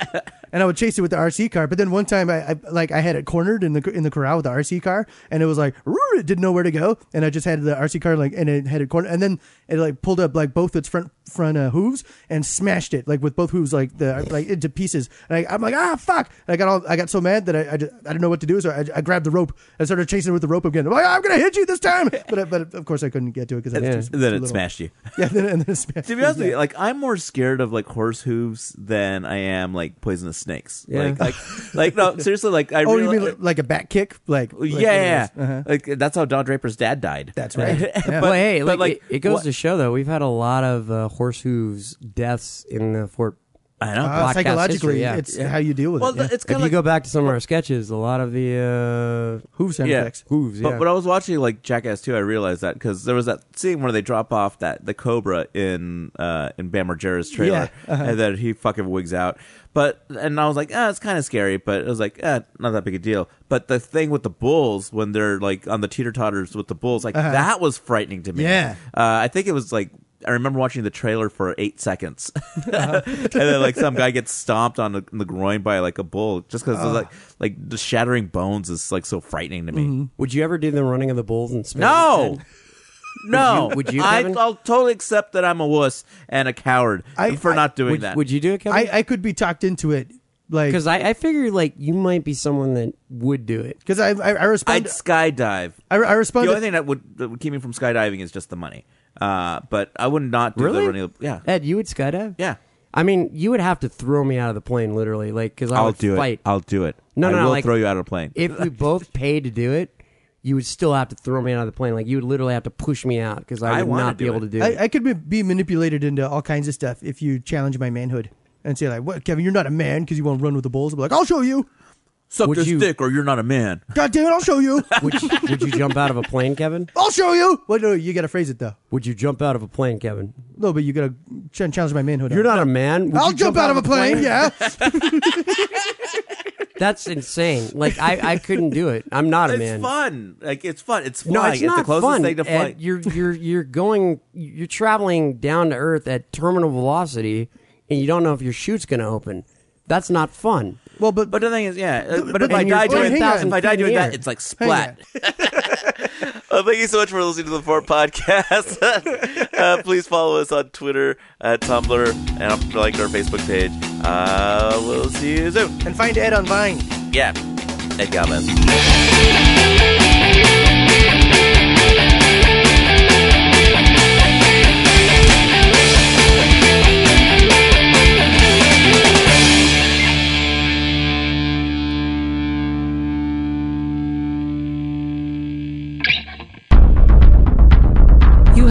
Speaker 2: and I would chase it with the RC car. But then one time, I, I like I had it cornered in the in the corral with the RC car, and it was like "Roar," it didn't know where to go, and I just had the RC car like and it had it cornered, and then it like pulled up like both its front front uh, hooves and smashed it like with both hooves like the like into pieces. And I, I'm like ah fuck! And I got all I got so mad that I I, just, I didn't know what to do, so I, I grabbed the rope and started chasing it with the rope again. I'm like I'm gonna hit you this time, but I, but of course I couldn't get to it because I was too,
Speaker 1: then
Speaker 2: too
Speaker 1: it
Speaker 2: little.
Speaker 1: smashed you.
Speaker 2: Yeah, then, and then it smashed.
Speaker 1: To be
Speaker 2: me,
Speaker 1: honest with
Speaker 2: yeah.
Speaker 1: you, like I'm more scared of like horse hooves than I am like poisonous snakes.
Speaker 3: Yeah.
Speaker 1: Like, like, like no, seriously, like I.
Speaker 2: Oh,
Speaker 1: really,
Speaker 2: you mean like, like a back kick? Like, like
Speaker 1: uh, yeah,
Speaker 2: one of
Speaker 1: yeah,
Speaker 2: those. Uh-huh.
Speaker 1: like that's how Don Draper's dad died.
Speaker 2: That's right. Yeah.
Speaker 3: well, hey,
Speaker 1: but,
Speaker 3: like,
Speaker 1: like,
Speaker 3: it, it goes
Speaker 1: what-
Speaker 3: to show though we've had a lot of uh, horse hooves deaths in the Fort.
Speaker 1: I know.
Speaker 2: Uh,
Speaker 3: podcast
Speaker 2: psychologically,
Speaker 3: history, yeah.
Speaker 2: it's how you deal with
Speaker 1: well,
Speaker 2: it. yeah.
Speaker 1: th- it's
Speaker 3: If
Speaker 1: kind
Speaker 3: you
Speaker 1: of like,
Speaker 3: go back to some of our sketches, a lot of the uh,
Speaker 2: Hoof sound
Speaker 1: yeah.
Speaker 2: effects.
Speaker 3: hooves. Yeah.
Speaker 1: But when I was watching like Jackass 2, I realized that because there was that scene where they drop off that the Cobra in uh in Bam Margera's trailer,
Speaker 2: Yeah, uh-huh.
Speaker 1: and then he fucking wigs out. But and I was like, ah, it's kind of scary, but it was like, ah, not that big a deal. But the thing with the bulls when they're like on the teeter totters with the bulls, like that was frightening to me.
Speaker 2: Uh-huh. Yeah.
Speaker 1: uh, I think it was like. I remember watching the trailer for eight seconds,
Speaker 2: Uh-huh.
Speaker 1: and then like some guy gets stomped on the, in the groin by like a bull just because like like the shattering bones is like so frightening to me.
Speaker 2: Mm-hmm.
Speaker 3: would you ever do the running of the bulls in Spain?
Speaker 1: No. No,
Speaker 3: Would you- would you,
Speaker 1: I,
Speaker 3: Kevin?
Speaker 1: I'll totally accept that I'm a wuss and a coward
Speaker 2: I-
Speaker 1: for
Speaker 2: I-
Speaker 1: not doing
Speaker 3: Would,
Speaker 1: that.
Speaker 3: would you do it,
Speaker 2: I,
Speaker 3: Kevin?
Speaker 2: I could be talked into it, like
Speaker 3: Because I, I, figure like you might be someone that would do it.
Speaker 2: because I I, I
Speaker 1: I'd
Speaker 2: respond.
Speaker 1: skydive.
Speaker 2: I, I respond.
Speaker 1: the
Speaker 2: to-
Speaker 1: only thing that would, that would keep me from skydiving is just the money. Uh, but I would not do
Speaker 3: Really?
Speaker 1: the running. Yeah,
Speaker 3: Ed, you would skydive?
Speaker 1: yeah.
Speaker 3: I mean, you would have to throw me out of the plane, literally, like because I
Speaker 1: I'll
Speaker 3: would
Speaker 1: do
Speaker 3: fight.
Speaker 1: it. I'll do it.
Speaker 3: No,
Speaker 1: I
Speaker 3: no, no,
Speaker 1: will
Speaker 3: like-
Speaker 1: throw you out of a plane.
Speaker 3: if we both paid to do it, you would still have to throw me out of the plane. Like you would literally have to push me out because I
Speaker 1: I
Speaker 3: would
Speaker 1: wanna
Speaker 3: not be
Speaker 1: do
Speaker 3: able
Speaker 1: it.
Speaker 3: to do it.
Speaker 2: I, I could be, be manipulated into all kinds of stuff if you challenge my manhood and say like, "What, Kevin? You're not a man because you won't run with the bulls." I'm like, "I'll show you."
Speaker 1: Suck
Speaker 3: would
Speaker 1: this
Speaker 3: you-
Speaker 1: dick, or you're not a man.
Speaker 2: God damn it! I'll show you.
Speaker 3: would, you, would you jump out of a plane, Kevin?
Speaker 2: I'll show you. Well, no, you gotta phrase it though.
Speaker 3: Would you jump out of a plane, Kevin?
Speaker 2: No, but you gotta ch- challenge my manhood.
Speaker 3: You're not a man. Would
Speaker 2: I'll
Speaker 3: you
Speaker 2: jump, out, of a plane. Yeah.
Speaker 3: That's insane. Like I, I couldn't do it. I'm not a
Speaker 1: It's
Speaker 3: man.
Speaker 1: fun. Like it's fun. It's flying.
Speaker 3: No, it's not
Speaker 1: the closest
Speaker 3: fun.
Speaker 1: thing to
Speaker 3: Ed.
Speaker 1: flying.
Speaker 3: you're you're you're going you're traveling down to earth at terminal velocity, and you don't know if your chute's going to open. That's not fun.
Speaker 2: well, but
Speaker 1: But the thing is, yeah. uh, But,
Speaker 2: but
Speaker 1: if I
Speaker 2: then
Speaker 1: die
Speaker 2: you're- wait,
Speaker 1: doing
Speaker 2: hang
Speaker 1: that,
Speaker 2: on.
Speaker 1: if I die
Speaker 2: Hang
Speaker 1: doing
Speaker 2: on.
Speaker 1: that, it's like splat.
Speaker 2: on.
Speaker 1: Well, thank you so much for listening to the Fort Podcast. uh, please follow us on Twitter, at Tumblr, and like our Facebook page. Uh, we'll see you soon.
Speaker 2: and find Ed on Vine.
Speaker 1: Yeah. Ed Galvez.
Speaker 12: You